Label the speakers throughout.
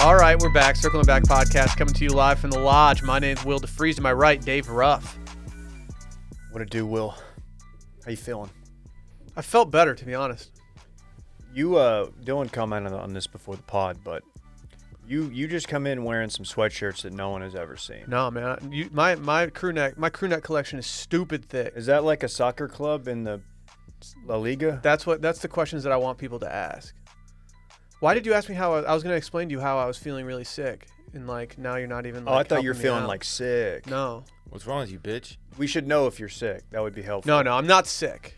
Speaker 1: back. Circling Back podcast coming to you live from the lodge. My name's Will DeFries. To my right, Dave Ruff.
Speaker 2: What it do, Will? How you feeling?
Speaker 1: I felt better, to be honest.
Speaker 2: You, uh, Dylan commented on this before the pod, but you you just come in wearing some sweatshirts that no one has ever seen.
Speaker 1: No, man. You, my my crew neck my crew neck collection is stupid thick.
Speaker 2: Is that like a soccer club in the La Liga?
Speaker 1: That's what. That's the questions that I want people to ask. Why did you ask me how I, I was going to explain to you how I was feeling really sick and like now you're not even.
Speaker 2: Oh,
Speaker 1: Like,
Speaker 2: I thought you were
Speaker 1: helping me
Speaker 2: feeling
Speaker 1: out.
Speaker 2: like sick.
Speaker 1: No,
Speaker 3: What's wrong with you, bitch?
Speaker 2: We should know if you're sick. That would be helpful.
Speaker 1: no, no. I'm not sick,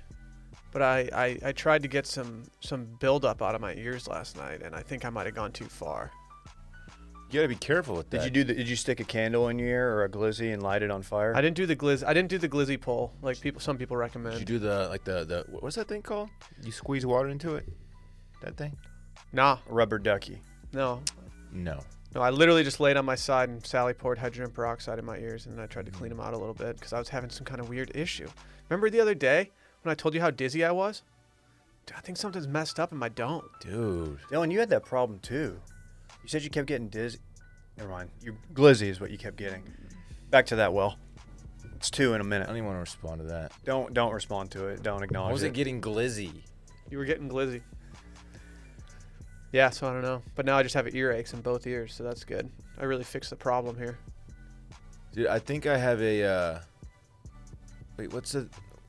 Speaker 1: but I I, I tried to get some some buildup out of my ears last night, and I think I might have gone too far.
Speaker 3: You gotta be careful with that.
Speaker 2: Did you do? The, did you stick a candle in your ear or a glizzy and light it on fire?
Speaker 1: I didn't do the glizz. I didn't do the glizzy pull like people. Some people recommend.
Speaker 3: Did you do the like the the what- what's that thing called? You squeeze water into it. That thing?
Speaker 1: nah,
Speaker 2: A rubber ducky.
Speaker 1: no,
Speaker 3: No.
Speaker 1: no. I literally just laid on my side and Sally poured hydrogen peroxide in my ears, and then I tried to clean them out a little bit because I was having some kind of weird issue. Remember the other day when I told you how dizzy I was? Dude, I think something's messed up in my dome.
Speaker 3: Dude.
Speaker 2: Dylan, you had that problem too. You said you kept getting dizzy. Never mind. Your glizzy is what you kept getting. Back to that well. It's two in a
Speaker 3: I
Speaker 2: minute.
Speaker 3: don't even want to respond to that.
Speaker 2: Don't don't respond to it. Don't
Speaker 3: I
Speaker 2: acknowledge
Speaker 3: was
Speaker 2: it.
Speaker 3: it getting glizzy?
Speaker 1: You were getting glizzy. Yeah, so I don't know. But now I just have earaches in both ears, so that's good. I really fixed the problem here.
Speaker 3: Dude, I think I have a uh wait, what's the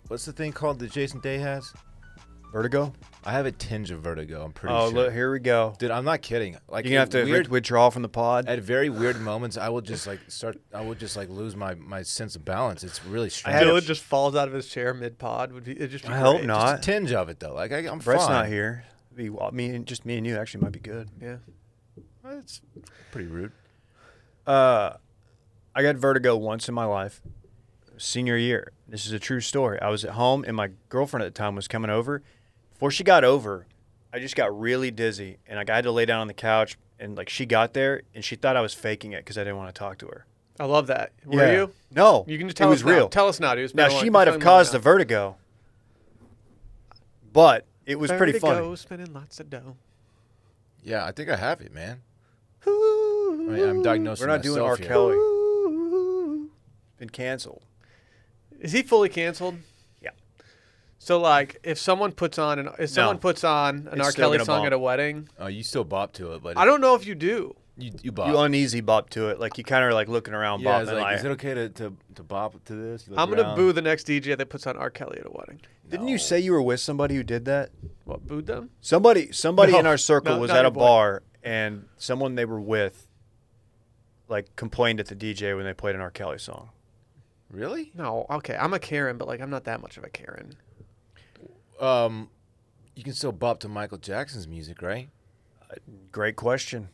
Speaker 3: what's the thing called that Jason Day has?
Speaker 2: Vertigo.
Speaker 3: I have a tinge of vertigo, I'm pretty
Speaker 2: oh
Speaker 3: sure.
Speaker 2: look, here we go.
Speaker 3: Dude, I'm not kidding. Like
Speaker 2: You're gonna have
Speaker 3: at
Speaker 2: to
Speaker 3: weird,
Speaker 2: wi- withdraw from the pod.
Speaker 3: at very weird moments I will just like start I will just like lose my my sense of balance. It's really strange.
Speaker 2: had a-
Speaker 1: Dylan just falls out of his chair mid pod. Would be it just? Be
Speaker 2: I hope
Speaker 1: great.
Speaker 2: not.
Speaker 3: just a tinge of it though. Like I, I'm
Speaker 2: Brett's
Speaker 3: fine.
Speaker 2: not here. Be well, me and just me and you actually might be good.
Speaker 1: Yeah.
Speaker 3: That's pretty rude.
Speaker 2: Uh, I got vertigo once in my life, senior year. This is a true story. I was at home and my girlfriend at the time was coming over. Before she got over, I just got really dizzy and like I had to lay down on the couch and like she got there and she thought I was faking it because I didn't want to talk to her.
Speaker 1: I love that. Were
Speaker 2: Yeah.
Speaker 1: you?
Speaker 2: No,
Speaker 1: You can just tell
Speaker 2: it was
Speaker 1: us now.
Speaker 2: real.
Speaker 1: Tell us now, dude. It's been
Speaker 2: now
Speaker 1: a long-
Speaker 2: she might
Speaker 1: it's
Speaker 2: have
Speaker 1: been a long
Speaker 2: caused the
Speaker 1: time.
Speaker 2: vertigo, but it was pretty
Speaker 1: Vertigo,
Speaker 2: funny.
Speaker 1: Spending lots of dough.
Speaker 3: Yeah, I think I have it, man. I mean, I'm diagnosing
Speaker 2: We're not doing R.
Speaker 3: myself here.
Speaker 2: Kelly. Been canceled.
Speaker 1: Is he fully canceled?
Speaker 2: Yeah.
Speaker 1: So like, if someone puts on an if someone puts on an
Speaker 2: It's
Speaker 1: R.
Speaker 2: still
Speaker 1: Kelly
Speaker 2: gonna
Speaker 1: song
Speaker 2: bump.
Speaker 1: at a wedding,
Speaker 3: Oh, you still bop to it, but
Speaker 1: I don't know if you do.
Speaker 3: You, you bop.
Speaker 2: You uneasy bop to it, like you kind of like looking around,
Speaker 3: yeah,
Speaker 2: bopping.
Speaker 3: it's like,
Speaker 2: like,
Speaker 3: is it okay to, to, to bop to this? You look
Speaker 1: I'm gonna
Speaker 3: around.
Speaker 1: boo the next DJ that puts on R. Kelly at a wedding.
Speaker 2: Didn't you say you were with somebody who did that?
Speaker 1: What booed them?
Speaker 2: Somebody, somebody
Speaker 1: No,
Speaker 2: in our circle
Speaker 1: no,
Speaker 2: was
Speaker 1: not
Speaker 2: at
Speaker 1: your
Speaker 2: a
Speaker 1: boy.
Speaker 2: bar, and someone they were with, like, complained at the DJ when they played an R. Kelly song.
Speaker 3: Really?
Speaker 1: No, okay. I'm a Karen, but like I'm not that much of a Karen.
Speaker 3: Um, you can still bop to Michael Jackson's music, right?
Speaker 2: Great question.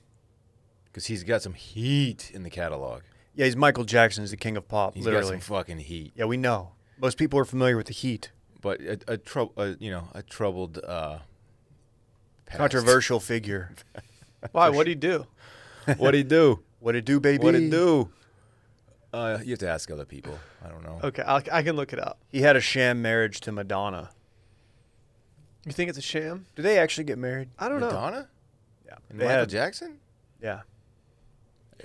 Speaker 3: Because he's got some heat in the catalog.
Speaker 2: Yeah, he's Michael Jackson. He's the king of pop,
Speaker 3: He's
Speaker 2: literally.
Speaker 3: got some fucking heat.
Speaker 2: yeah, we know. Most people are familiar with the heat.
Speaker 3: But a, a trouble, you know, a troubled. Uh, past.
Speaker 2: Controversial figure.
Speaker 1: Why? What do you do?
Speaker 3: What'd he do?
Speaker 2: What it do, baby?
Speaker 3: What'd he do? Uh, you have to ask other people. I don't know.
Speaker 1: Okay, I'll, I can look it up.
Speaker 2: He had a sham marriage to Madonna.
Speaker 1: You think it's a sham?
Speaker 2: Do they actually get married?
Speaker 1: I don't know.
Speaker 3: Madonna
Speaker 2: Yeah,
Speaker 3: and
Speaker 2: they
Speaker 3: Michael
Speaker 2: had.
Speaker 3: Jackson?
Speaker 2: Yeah,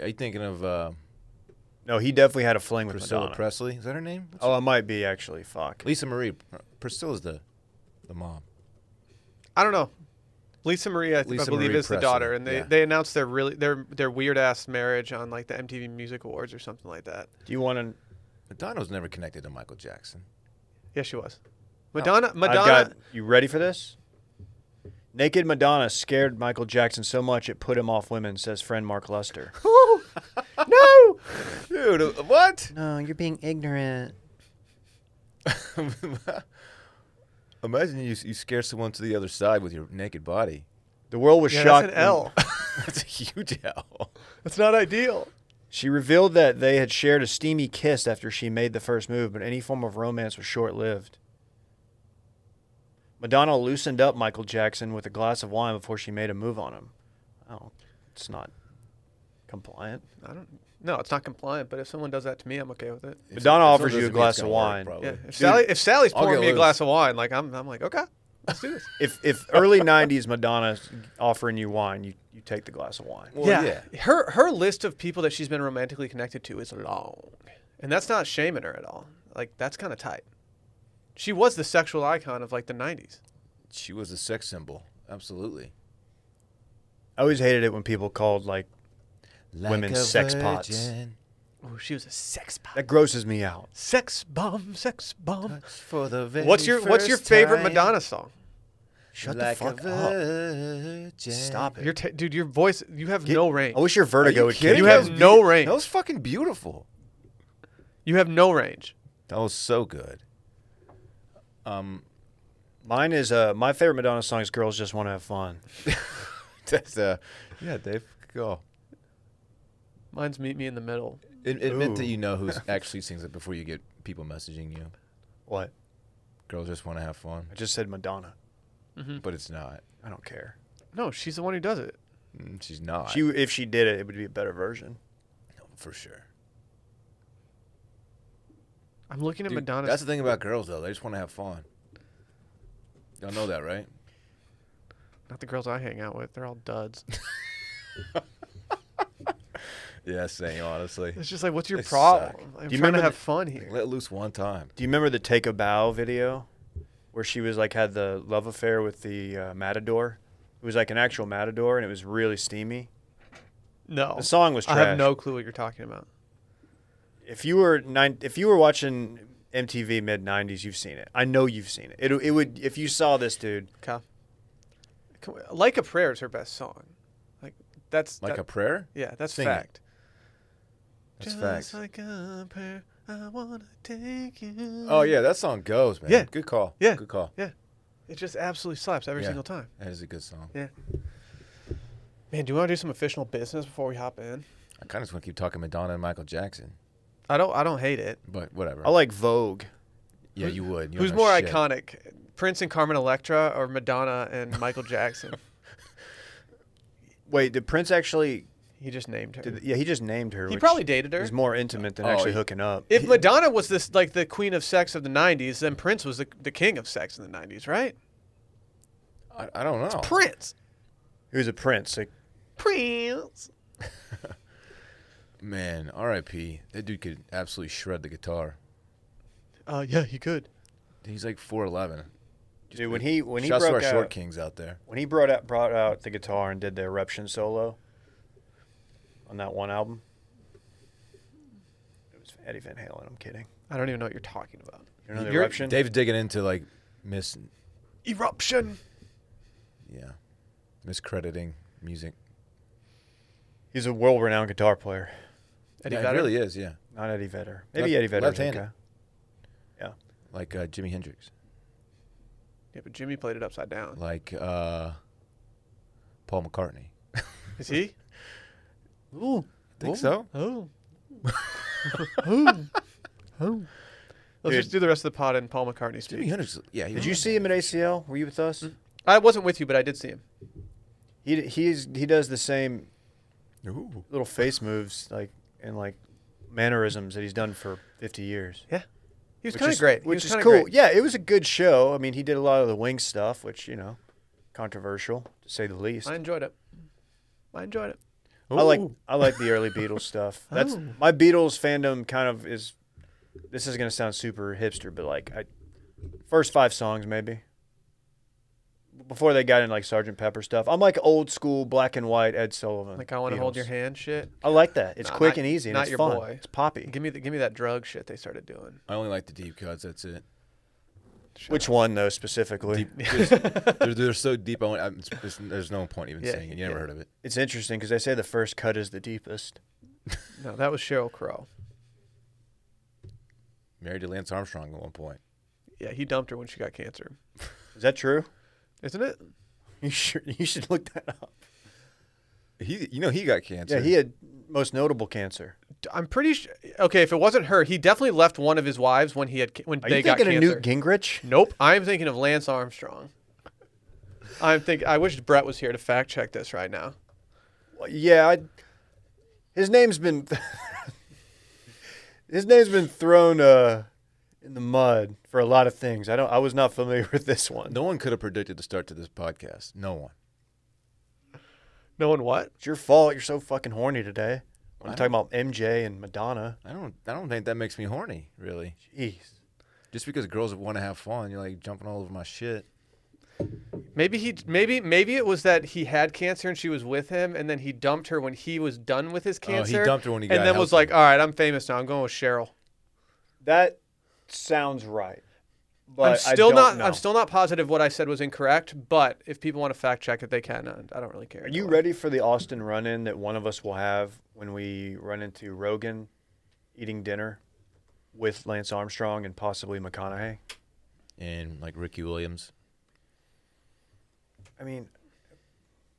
Speaker 3: Are you thinking of uh,
Speaker 2: no, he definitely had a fling with
Speaker 3: Priscilla
Speaker 2: Madonna.
Speaker 3: Presley? Is that her name?
Speaker 2: Oh, it might be actually. Fuck.
Speaker 3: Lisa Marie. Priscilla's the, the mom.
Speaker 1: I don't know. Lisa Marie, I, th- I
Speaker 3: Lisa
Speaker 1: believe,
Speaker 3: Marie
Speaker 1: is the
Speaker 3: Presley,
Speaker 1: daughter, and they,
Speaker 3: yeah.
Speaker 1: they announced their really their their weird ass marriage on like the MTV Music Awards or something like that.
Speaker 2: Do you want to?
Speaker 3: Madonna was never connected to Michael Jackson.
Speaker 1: Yeah, she
Speaker 3: Oh,
Speaker 1: was. Madonna,
Speaker 2: I've
Speaker 1: Madonna.
Speaker 2: got. You ready for this? Naked Madonna scared Michael Jackson so much it put him off women, says friend Mark Lester.
Speaker 1: no.
Speaker 3: Dude, uh, what?
Speaker 2: no, you're being ignorant.
Speaker 3: Imagine you you scare someone to the other side with your naked body.
Speaker 2: The world was
Speaker 1: Yeah,
Speaker 2: shocked.
Speaker 1: that's an
Speaker 2: when-
Speaker 1: L.
Speaker 3: That's a huge L.
Speaker 1: that's not ideal.
Speaker 2: She revealed that they had shared a steamy kiss after she made the first move, but any form of romance was short lived. Madonna loosened up Michael Jackson with a glass of wine before she made a move on him. Oh, it's not compliant.
Speaker 1: I don't. No, it's not compliant. But if someone does that to me, I'm okay with it.
Speaker 2: Madonna
Speaker 3: If- if
Speaker 2: offers
Speaker 3: someone
Speaker 2: you a
Speaker 3: doesn't mean
Speaker 2: glass
Speaker 3: it's
Speaker 2: of
Speaker 3: gonna work,
Speaker 2: wine.
Speaker 3: probably.
Speaker 1: Yeah. If Sally, if Sally's
Speaker 3: I'll
Speaker 1: pouring
Speaker 3: get
Speaker 1: me a
Speaker 3: loose.
Speaker 1: glass of wine, like I'm, I'm like, okay, let's do this.
Speaker 2: If if early '90s Madonna's offering you wine, you you take the glass of wine.
Speaker 3: Well,
Speaker 1: yeah. Her her list of people that she's been romantically connected to is long. And that's not shaming her at all. Like that's kind of tight. She was the sexual icon of like the 90s.
Speaker 3: She was a sex symbol. Absolutely.
Speaker 2: I always hated it when people called like Women's
Speaker 3: a
Speaker 2: sex pots.
Speaker 3: virgin,
Speaker 1: Oh, she was a sex bomb.
Speaker 2: that grosses me out.
Speaker 1: sex bomb, sex bomb.
Speaker 3: For the very
Speaker 1: What's your what's your
Speaker 3: first
Speaker 1: favorite
Speaker 3: time,
Speaker 1: Madonna song?
Speaker 2: Shut
Speaker 3: like
Speaker 2: the fuck
Speaker 3: a
Speaker 2: up.
Speaker 3: virgin.
Speaker 2: Stop it.
Speaker 1: Your t- dude, your voice, you have
Speaker 2: Get-
Speaker 1: no range.
Speaker 2: I wish your
Speaker 3: Are
Speaker 2: vertigo would
Speaker 3: kidding?
Speaker 2: kill
Speaker 1: You
Speaker 2: you.
Speaker 3: That
Speaker 1: have
Speaker 3: was
Speaker 1: no
Speaker 3: beauti-
Speaker 1: range.
Speaker 3: That was fucking beautiful.
Speaker 1: You have no range.
Speaker 3: That was so good.
Speaker 2: Mine is uh, my favorite Madonna song is "Girls Just Want to Have Fun."
Speaker 3: That's uh, yeah, Dave. Go.
Speaker 1: Mine's meet me in the middle.
Speaker 3: It, admit that
Speaker 2: Ooh.
Speaker 3: you know who actually sings it before you get people messaging you.
Speaker 2: What?
Speaker 3: Girls just want to have fun,
Speaker 2: I just said Madonna.
Speaker 3: but it's not.
Speaker 2: I don't care.
Speaker 1: Mm-hmm. No, she's the one who does it.
Speaker 3: Mm, She's not.
Speaker 2: She, if she did it, it would be a better version.
Speaker 3: for sure.
Speaker 1: I'm looking at
Speaker 3: Dude,
Speaker 1: Madonna's
Speaker 3: That's the thing about girls though; they just want to have fun. Y'all know that, right?
Speaker 1: not the girls I hang out with. They're all duds.
Speaker 3: Yeah, same. Honestly,
Speaker 1: It's just like, what's your
Speaker 3: They
Speaker 1: problem? I'm
Speaker 2: Do
Speaker 1: trying to
Speaker 2: you remember
Speaker 1: have
Speaker 2: the-
Speaker 1: fun here.
Speaker 3: let loose one time.
Speaker 2: Do you remember the "Take a Bow" video, where she was like had the love affair with the uh, matador? It was like an actual matador, and it was really steamy.
Speaker 1: No,
Speaker 2: The song was trash.
Speaker 1: Oh, I have no clue what you're talking about.
Speaker 2: If you were nine, if you were watching MTV mid '90s, you've seen it. I know you've seen it. It, it would if you saw this dude.
Speaker 1: Okay. Can we- Like a prayer is her best song. Like that's
Speaker 3: Like
Speaker 1: that-
Speaker 3: a prayer.
Speaker 1: yeah, that's
Speaker 3: sing it.
Speaker 1: fact.
Speaker 3: That's
Speaker 1: Just
Speaker 3: facts.
Speaker 1: like a prayer, I wanna take you.
Speaker 3: oh yeah, that song goes, man.
Speaker 1: Yeah.
Speaker 3: Good call.
Speaker 1: Yeah.
Speaker 3: Good call.
Speaker 1: it just absolutely slaps every
Speaker 3: Yeah.
Speaker 1: single time.
Speaker 3: That is a good song.
Speaker 1: Man, do you want to do some official business before we hop in?
Speaker 3: I kind of just want to keep talking Madonna and Michael Jackson,
Speaker 1: I don't. I don't hate it.
Speaker 3: but whatever.
Speaker 2: I like Vogue.
Speaker 3: yeah, you would. You
Speaker 1: Who's
Speaker 3: don't know
Speaker 1: more
Speaker 3: shit.
Speaker 1: iconic, Prince and Carmen Electra, or Madonna and Michael Jackson?
Speaker 2: Wait, did Prince actually?
Speaker 1: He just named her.
Speaker 2: Did, yeah, he just named her.
Speaker 1: he
Speaker 2: which
Speaker 1: probably dated her.
Speaker 2: is more intimate than
Speaker 3: Oh,
Speaker 2: actually
Speaker 3: he-
Speaker 2: hooking up.
Speaker 1: If Madonna was this like the queen of sex of the '90s, then Prince was the, the king of sex in the '90s, right?
Speaker 3: I, I don't know.
Speaker 1: Prince,
Speaker 2: He was a prince. Like,
Speaker 1: Prince.
Speaker 3: Man, R.I.P. That dude could absolutely shred the guitar.
Speaker 1: Uh, yeah, he could.
Speaker 3: He's like four eleven.
Speaker 2: dude, when he when he
Speaker 3: Shouts to our
Speaker 2: broke
Speaker 3: short
Speaker 2: out,
Speaker 3: kings out there.
Speaker 2: when he brought out brought out the guitar and did the eruption solo on that one album. It was Eddie Van Halen. I'm kidding.
Speaker 1: I don't even know what you're talking about.
Speaker 2: You know the
Speaker 1: You're-
Speaker 2: eruption.
Speaker 3: Dave's digging into like miss,
Speaker 1: Eruption.
Speaker 3: yeah, miscrediting music.
Speaker 2: He's a world renowned guitar player.
Speaker 1: Eddie
Speaker 3: yeah,
Speaker 1: Vedder?
Speaker 3: it really is. Yeah,
Speaker 2: Not Eddie Vedder. Maybe
Speaker 3: Left-
Speaker 2: Eddie Vedder.
Speaker 3: left-handed.
Speaker 2: Okay. Yeah.
Speaker 3: like uh, Jimi Hendrix,
Speaker 1: Yeah, but Jimmy played it upside down.
Speaker 3: like uh, Paul McCartney.
Speaker 1: Is he? Ooh.
Speaker 3: Think
Speaker 1: Ooh.
Speaker 3: so?
Speaker 1: Oh. oh. Oh. Let's
Speaker 2: Dude.
Speaker 1: just do the rest of the pod in Paul McCartney
Speaker 3: Jimi
Speaker 1: speak.
Speaker 3: Hendrix. Yeah. He
Speaker 2: Did
Speaker 3: was
Speaker 2: you
Speaker 3: on
Speaker 2: see him at ACL? Were you with us?
Speaker 1: I wasn't with you, but I did see him.
Speaker 2: He he's he does the same
Speaker 3: that. Ooh.
Speaker 2: little face moves like and like mannerisms that he's done for 50 years.
Speaker 1: Yeah. He was
Speaker 2: Which
Speaker 1: kind of
Speaker 2: is-
Speaker 1: great. He
Speaker 2: Which
Speaker 1: was
Speaker 2: is
Speaker 1: kinda
Speaker 2: cool.
Speaker 1: great.
Speaker 2: Yeah, it was a good show. I mean, he did a lot of the wing stuff, which you know, controversial to say the least.
Speaker 1: I
Speaker 2: i
Speaker 1: enjoyed it. I enjoyed it.
Speaker 2: like
Speaker 3: Ooh.
Speaker 2: I like the early Beatles stuff. That's
Speaker 1: Oh.
Speaker 2: my Beatles fandom. Kind of is. This is gonna sound super hipster, but like I, first five songs maybe. Before they got in like Sergeant Pepper stuff, I'm like old school black and white Ed Sullivan.
Speaker 1: Like I want to hold
Speaker 2: Beatles.
Speaker 1: your hand shit.
Speaker 2: I like that. It's
Speaker 1: Nah,
Speaker 2: quick
Speaker 1: not-
Speaker 2: and easy, and
Speaker 1: not
Speaker 2: it's
Speaker 1: your
Speaker 2: fun.
Speaker 1: boy.
Speaker 2: It's poppy.
Speaker 1: Give me the, give me that drug shit they started doing.
Speaker 3: I only like the deep cuts. That's it.
Speaker 1: Shut
Speaker 2: Which one though specifically?
Speaker 3: they're, they're so deep. I went, I'm, it's- it's- there's no point even
Speaker 1: Yeah,
Speaker 3: saying it. You never
Speaker 1: yeah.
Speaker 3: heard of it.
Speaker 2: It's interesting because they say the first cut is the deepest.
Speaker 1: No, that was Cheryl Crow.
Speaker 3: Married to Lance Armstrong at one point.
Speaker 1: Yeah, he dumped her when she got cancer.
Speaker 2: Is that true?
Speaker 1: Isn't it?
Speaker 2: You should you should look that up.
Speaker 3: He, you know, he got cancer.
Speaker 2: Yeah, he had most notable cancer.
Speaker 1: D- I'm pretty sure. Okay, if it wasn't her, he definitely left one of his wives when he had ca- when
Speaker 2: Are
Speaker 1: they
Speaker 2: you
Speaker 1: got
Speaker 2: thinking
Speaker 1: cancer.
Speaker 2: of Newt Gingrich?
Speaker 1: Nope, I'm thinking of Lance Armstrong. I'm think. I wish Brett was here to fact check this right now.
Speaker 2: Well, Yeah, I, his name's been his name's been thrown uh, in the mud for a lot of things. I don't. I was not familiar with this one.
Speaker 3: No one could have predicted the start to this podcast. No one.
Speaker 1: No one what?
Speaker 2: It's your fault. You're so fucking horny today. I'm
Speaker 3: I
Speaker 2: talking about MJ and Madonna.
Speaker 3: I don't. I don't think that makes me horny, really.
Speaker 2: Jeez.
Speaker 3: Just because girls want to have fun, you're like jumping all over my shit.
Speaker 1: Maybe he maybe maybe it was that he had cancer and she was with him and then he dumped her when he was done with his
Speaker 3: Oh, he
Speaker 1: cancer.
Speaker 3: dumped her when he
Speaker 1: And
Speaker 3: got
Speaker 1: then was
Speaker 3: healthy.
Speaker 1: like, "All right, I'm famous now. I'm going with Cheryl."
Speaker 2: That sounds right. But
Speaker 1: I'm still
Speaker 2: I don't
Speaker 1: not
Speaker 2: Know.
Speaker 1: I'm still not positive what I said was incorrect, but if people want to fact check it, they can. I- I don't really care.
Speaker 2: Are you
Speaker 1: either way.
Speaker 2: ready for the Austin run-in that one of us will have when we run into Rogan eating dinner with Lance Armstrong and possibly McConaughey?
Speaker 3: And like Ricky Williams.
Speaker 2: I mean,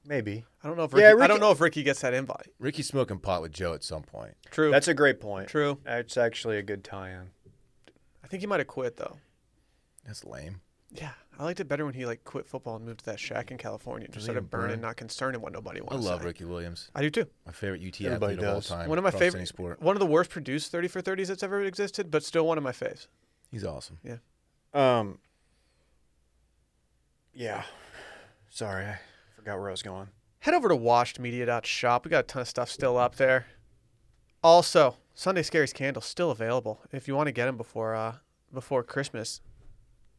Speaker 2: maybe.
Speaker 1: I don't know if Ricky,
Speaker 2: Yeah,
Speaker 1: I
Speaker 2: Ricky-
Speaker 1: don't know if Ricky gets that invite.
Speaker 3: Ricky's smoking pot with Joe at some point.
Speaker 1: True.
Speaker 2: That's a great point.
Speaker 1: True.
Speaker 2: That's actually a good tie-in.
Speaker 1: I think he might have quit though.
Speaker 3: That's lame.
Speaker 1: Yeah, I liked it better when he like quit football and moved to that shack in California and just
Speaker 3: Doesn't
Speaker 1: started
Speaker 3: even burn.
Speaker 1: burning, not concerned in what nobody
Speaker 3: I
Speaker 1: wants.
Speaker 3: love Ricky Williams.
Speaker 1: I do too.
Speaker 3: My favorite UT
Speaker 2: Everybody
Speaker 3: athlete of all
Speaker 2: does.
Speaker 3: time.
Speaker 1: one of my
Speaker 3: across any
Speaker 1: favorite,
Speaker 3: sport.
Speaker 1: one of the worst produced 30 for 30s that's ever existed, but still one of my faves.
Speaker 3: He's awesome.
Speaker 2: Um. Yeah. Sorry, I forgot where I was going.
Speaker 1: Head over to washedmedia.shop. We got a ton of stuff still up there. Also, Sunday Scaries candles still available if you want to get them before uh, before Christmas.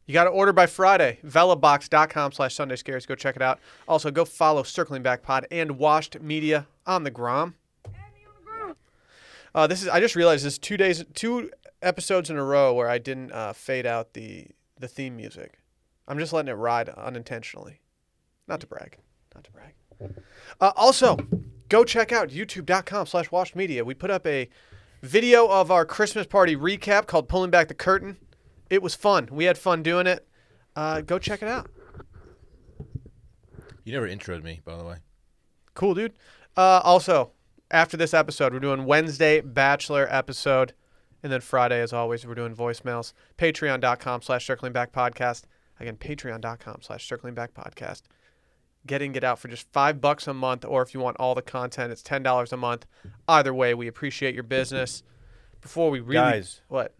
Speaker 1: You got to order by Friday. Velabox.com slash Sunday Scaries. Go check it out. Also, go follow Circling Back Pod and Washed Media on the Grom. Uh, this is. I just realized this is two days, two episodes in a row where I didn't uh, fade out the the theme music. I'm just letting it ride unintentionally. Not to brag. Not to brag. Uh, also, go check out youtube.com slash washed media. We put up a video of our Christmas party recap called Pulling Back the Curtain. It was fun. We had fun doing it. Uh, go check it out.
Speaker 3: You never introed me, by the way.
Speaker 1: Cool, dude. Uh, also, after this episode, we're doing Wednesday Bachelor episode. And then Friday, as always, we're doing voicemails. Patreon.com slash circling back podcast. Again, patreon.com slash circling back podcast. Get in, get out for just five bucks a month, or if you want all the content, it's ten dollars a month. Either way, we appreciate your business. Before we really
Speaker 2: Guys.
Speaker 1: what?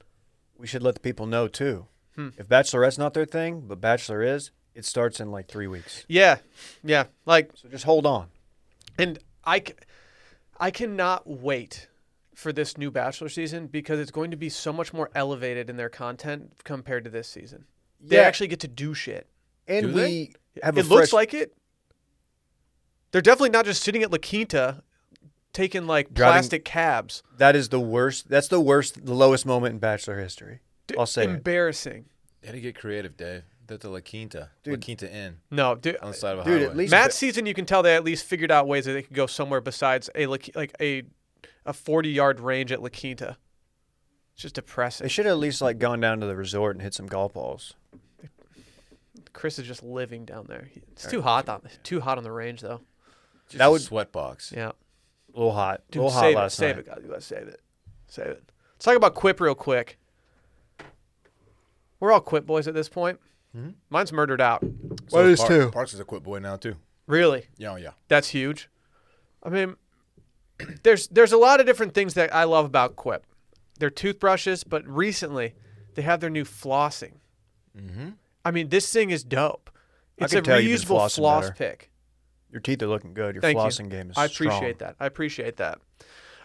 Speaker 2: We should let the people know too.
Speaker 1: Hmm.
Speaker 2: If Bachelorette's not their thing, but Bachelor is, it starts in like three weeks.
Speaker 1: Yeah. Yeah. Like
Speaker 2: So just hold on.
Speaker 1: And I, c- I cannot wait for this new Bachelor season because it's going to be so much more elevated in their content compared to this season. They
Speaker 2: Yeah.
Speaker 1: actually get to do shit.
Speaker 2: And
Speaker 3: Do
Speaker 2: we have a
Speaker 1: it looks
Speaker 2: fresh-
Speaker 1: like it. They're definitely not just sitting at La Quinta taking like
Speaker 2: Driving-
Speaker 1: plastic cabs.
Speaker 2: that is the worst. That's the worst, the lowest moment in Bachelor history.
Speaker 1: D-
Speaker 2: I'll say it.
Speaker 1: embarrassing.
Speaker 3: They had to get creative, Dave. That's the La Quinta. La
Speaker 2: Dude.
Speaker 3: Quinta Inn
Speaker 1: No, dude.
Speaker 3: on the side of a
Speaker 2: Dude,
Speaker 3: highway.
Speaker 2: at least-
Speaker 1: Matt's season, you can tell they at least figured out ways that they could go somewhere besides a La Qui- like a a forty yard range at La Quinta. It's just depressing.
Speaker 2: They should have at least like gone down to the resort and hit some golf balls.
Speaker 1: Chris is just living down there. He- It's too hot on too hot on the range though.
Speaker 3: Just
Speaker 2: that
Speaker 3: a
Speaker 2: would-
Speaker 3: sweat box.
Speaker 1: Yeah,
Speaker 2: A little hot.
Speaker 1: dude,
Speaker 2: a little hot
Speaker 1: save it,
Speaker 2: last
Speaker 1: save
Speaker 2: night.
Speaker 1: it, guys. You gotta save it, save it. Let's talk about Quip real quick. We're all Quip boys at this point.
Speaker 2: Hmm?
Speaker 1: Mine's murdered out.
Speaker 3: So
Speaker 2: What is
Speaker 3: Park-
Speaker 2: two?
Speaker 3: Parks is a quit boy now too.
Speaker 1: Really,
Speaker 3: Yeah, oh, yeah.
Speaker 1: that's huge. I mean, there's there's a lot of different things that I love about Quip. Their toothbrushes, but recently they have their new flossing. I mean, this thing is dope.
Speaker 2: Mm-hmm. I
Speaker 1: It's
Speaker 2: can
Speaker 1: a
Speaker 2: tell you've been
Speaker 1: reusable
Speaker 2: flossing
Speaker 1: floss
Speaker 2: better.
Speaker 1: pick.
Speaker 2: Your teeth are looking good. Your
Speaker 1: Thank you.
Speaker 2: flossing game is
Speaker 1: I
Speaker 2: strong.
Speaker 1: appreciate that. I appreciate that.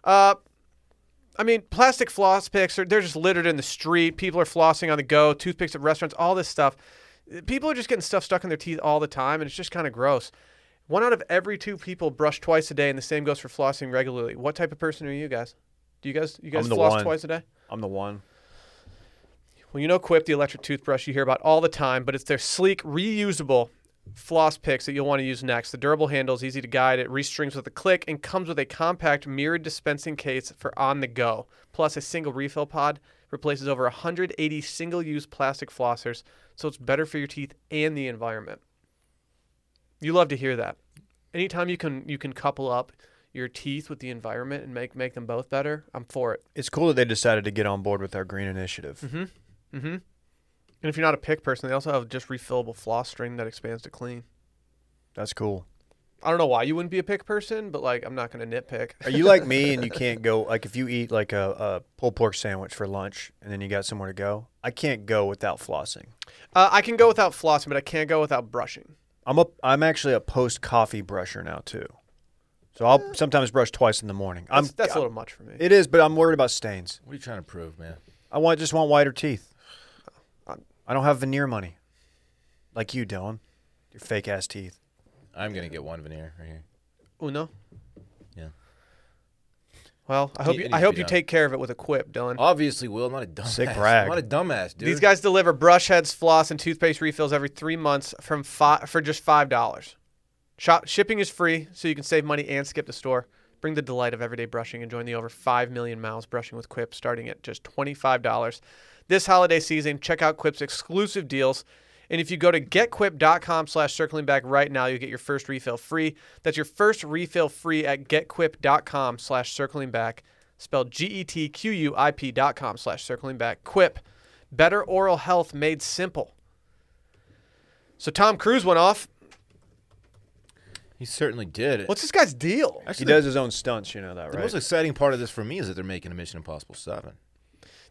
Speaker 1: Uh, I mean, plastic floss picks are they're just littered in the street. People are flossing on the go, toothpicks at restaurants, all this stuff. People are just getting stuff stuck in their teeth all the time, and it's just kind of gross. One out of every two people brush twice a day, and the same goes for flossing regularly. What type of person are you guys? Do you guys you guys
Speaker 2: I'm the
Speaker 1: floss
Speaker 2: one.
Speaker 1: twice a day?
Speaker 2: I'm the one.
Speaker 1: Well, you know Quip, the electric toothbrush you hear about all the time, but it's their sleek, reusable floss picks that you'll want to use next. The durable handle is easy to guide, it restrings with a click, and comes with a compact mirrored dispensing case for on the go. Plus, a single refill pod replaces over 180 single use plastic flossers, so it's better for your teeth and the environment. You love to hear that. Anytime you can you can couple up your teeth with the environment and make make them both better, I'm for it.
Speaker 2: It's cool that they decided to get on board with our green initiative.
Speaker 1: Mm-hmm. And if you're not a pick person, they also have just refillable floss string that expands to clean.
Speaker 2: That's cool.
Speaker 1: I don't know why you wouldn't be a pick person, but like I'm not gonna nitpick.
Speaker 2: Are you like me and you can't go like if you eat like a, a pulled pork sandwich for lunch and then you got somewhere to go? I can't go without flossing.
Speaker 1: Uh, I can go without flossing, but I can't go without brushing.
Speaker 2: I'm a I'm actually a post coffee brusher now too. So I'll sometimes brush twice in the morning. I'm
Speaker 1: That's, that's a
Speaker 2: I'm-
Speaker 1: little much for me.
Speaker 2: It is, but I'm worried about stains.
Speaker 3: What are you trying to prove, man?
Speaker 2: I want just want whiter teeth.
Speaker 1: I'm-
Speaker 2: I don't have veneer money, like you, Dylan. Your fake ass teeth.
Speaker 3: I'm gonna get one veneer right here.
Speaker 1: Oh no.
Speaker 3: Yeah.
Speaker 1: Well, I hope
Speaker 3: It
Speaker 1: you,
Speaker 3: needs
Speaker 1: I
Speaker 3: to
Speaker 1: hope
Speaker 3: be
Speaker 1: you
Speaker 3: done.
Speaker 1: take care of it with a quip, Dylan.
Speaker 3: Obviously, Will, I'm not a dumbass.
Speaker 2: Sick brag.
Speaker 3: I'm not a dumbass, dude.
Speaker 1: These guys deliver brush heads, floss, and toothpaste refills every three months from five, for just five dollars. Shop shipping is free, so you can save money and skip the store. Bring the delight of everyday brushing and join the over five million miles brushing with Quip, starting at just twenty-five dollars. This holiday season, check out Quip's exclusive deals. And if you go to getquip.com slash circling back right now, you'll get your first refill free. That's your first refill free at getquip.com slash circling back, spelled G E T Q U I P dot com slash circling back. Quip, better oral health made simple. So Tom Cruise went off.
Speaker 3: he certainly did.
Speaker 1: What's this guy's deal?
Speaker 2: He
Speaker 3: Actually, the-
Speaker 2: does his own stunts, you know that,
Speaker 3: The
Speaker 2: right?
Speaker 3: most exciting part of this for me is that they're making a Mission Impossible Seven.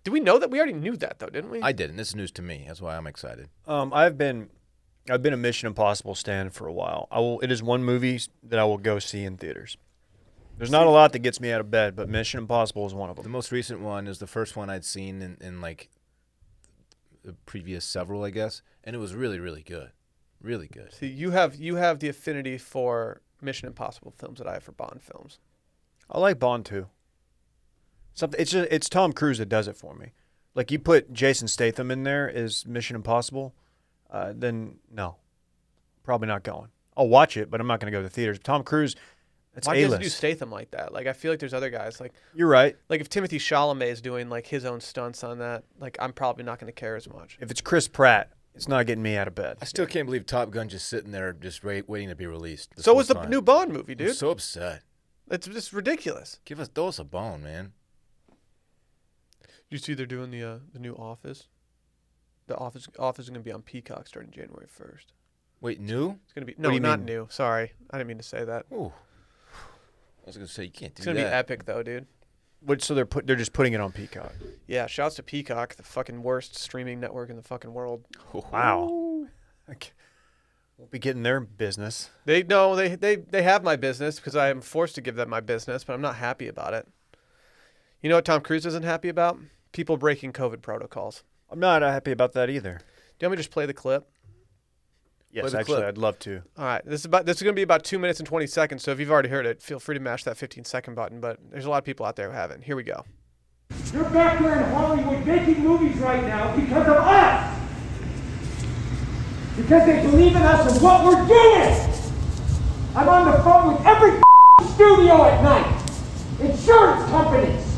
Speaker 1: Did we know that? We already knew that though, didn't we?
Speaker 3: I didn't. This is news to me. That's why I'm excited.
Speaker 2: Um, I've been, I've been a Mission Impossible stand for a while. I will. It is one movie s- that I will go see in theaters. There's not a lot that gets me out of bed, but Mission Impossible is one of
Speaker 3: The
Speaker 2: them.
Speaker 3: most recent one is the first one I'd seen in, in like the previous several, I guess, and it was really, really good, really good.
Speaker 1: See, you have you have the affinity for Mission Impossible films that I have for Bond films.
Speaker 2: I like Bond too. Something. It's just, it's Tom Cruise that does it for me. Like you put Jason Statham in there as Mission Impossible, uh, then no, probably not going. I'll watch it, but I'm not going to go to the theaters. Tom Cruise, it's
Speaker 1: Why
Speaker 2: a
Speaker 1: does it do
Speaker 2: list.
Speaker 1: Statham like that? Like I feel like there's other guys like
Speaker 2: You're right.
Speaker 1: like if Timothy Chalamet is doing like his own stunts on that, like I'm probably not going to care as much.
Speaker 2: If it's Chris Pratt, it's not getting me out of bed.
Speaker 3: I still can't believe Top Gun just sitting there, just wait, waiting to be released. this
Speaker 1: So
Speaker 3: whole
Speaker 1: was the
Speaker 3: time.
Speaker 1: new Bond movie,
Speaker 3: I'm
Speaker 1: dude.
Speaker 3: so upset.
Speaker 1: it's just ridiculous.
Speaker 3: Give us throw us a bone, man.
Speaker 1: You see, they're doing the uh, the new Office. The Office Office is going to be on Peacock starting January 1st.
Speaker 3: Wait, new?
Speaker 1: It's going to be
Speaker 2: do
Speaker 1: no,
Speaker 2: you
Speaker 1: not
Speaker 2: mean?
Speaker 1: new. Sorry, I didn't mean to say that.
Speaker 3: Ooh. I was gonna say you can't do
Speaker 1: It's going to be
Speaker 3: that.
Speaker 1: epic though, dude.
Speaker 2: Which, so they're put, they're just putting it on Peacock.
Speaker 1: Yeah, shouts to Peacock, the fucking worst streaming network in the fucking world.
Speaker 2: Wow. Okay. Won't be getting their business.
Speaker 1: They no, they they they have my business because I am forced to give them my business, but I'm not happy about it. You know what Tom Cruise isn't happy about? People breaking COVID protocols.
Speaker 2: I'm not uh, happy about that either.
Speaker 1: Do you want me to just play the clip?
Speaker 2: Yes,
Speaker 3: the
Speaker 2: actually,
Speaker 3: clip.
Speaker 2: I'd love to.
Speaker 1: All right, this is about this is going to be about two minutes and twenty seconds. So if you've already heard it, feel free to mash that fifteen second button. But there's a lot of people out there who haven't. Here we go.
Speaker 4: You're back there in Hollywood making movies right now because of us. Because they believe in us and what we're doing. I'm on the phone with every studio at night, insurance companies,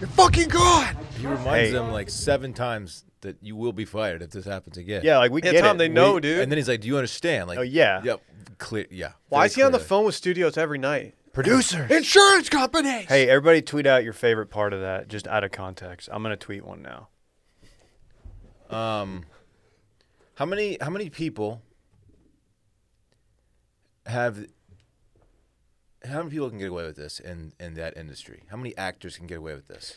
Speaker 1: You're fucking gone.
Speaker 3: He reminds
Speaker 2: Hey.
Speaker 3: them like seven times that you will be fired if this happens again.
Speaker 2: Yeah, like we
Speaker 1: Yeah,
Speaker 2: get
Speaker 1: Tom,
Speaker 2: it.
Speaker 1: they
Speaker 2: We-
Speaker 1: know, dude.
Speaker 3: And then he's like, "Do you understand?" Like,
Speaker 2: Oh, yeah.
Speaker 3: yep, clear, yeah.
Speaker 1: Why
Speaker 3: very
Speaker 1: is he on the
Speaker 3: clearly.
Speaker 1: phone with studios every night?
Speaker 2: producers.
Speaker 1: Insurance companies.
Speaker 2: Hey, everybody, tweet out your favorite part of that, just out of context. I'm gonna tweet one now.
Speaker 3: How many how many people have how many people can get away with this in in that industry? How many actors can get away with this?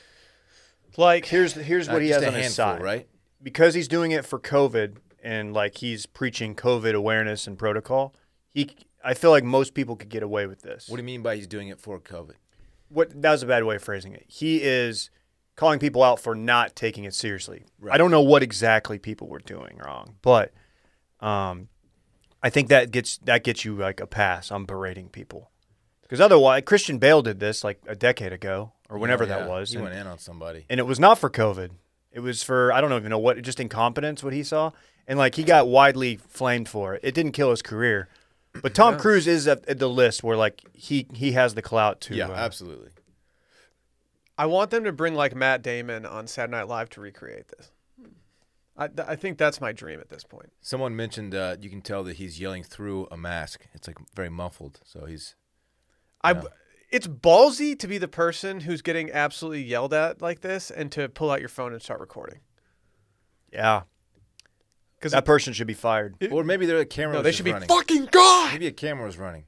Speaker 1: like
Speaker 2: Here's here's what
Speaker 3: Uh,
Speaker 2: he has
Speaker 3: just a
Speaker 2: on his
Speaker 3: handful,
Speaker 2: side,
Speaker 3: right?
Speaker 2: Because he's doing it for COVID and like he's preaching COVID awareness and protocol. He, I feel like most people could get away with this.
Speaker 3: What do you mean by he's doing it for COVID?
Speaker 2: what that was a bad way of phrasing it. He is calling people out for not taking it seriously.
Speaker 3: Right.
Speaker 2: I don't know what exactly people were doing wrong, but um, I think that gets that gets you like a pass on berating people. Because otherwise, Christian Bale did this like a decade ago or whenever
Speaker 3: Yeah,
Speaker 2: that was,
Speaker 3: He
Speaker 2: and,
Speaker 3: went in on somebody.
Speaker 2: and it was not for COVID. It was for I don't even know what, just incompetence. What he saw, and like he got widely flamed for it. It didn't kill his career, but Tom Cruise is at, at the list where like he he has the clout to
Speaker 3: yeah,
Speaker 2: uh,
Speaker 3: absolutely.
Speaker 1: I want them to bring like Matt Damon on Saturday Night Live to recreate this. I, th- I think that's my dream at this point.
Speaker 3: Someone mentioned uh, you can tell that he's yelling through a mask. It's like very muffled, so he's
Speaker 1: I it's ballsy to be the person who's getting absolutely yelled at like this and to pull out your phone and start recording.
Speaker 2: Yeah.
Speaker 1: 'Cause
Speaker 2: that person should be fired.
Speaker 3: or maybe there a camera.
Speaker 1: No,
Speaker 3: was
Speaker 1: they
Speaker 3: just
Speaker 1: should be
Speaker 3: running.
Speaker 1: fucking gone.
Speaker 3: Maybe a camera was running.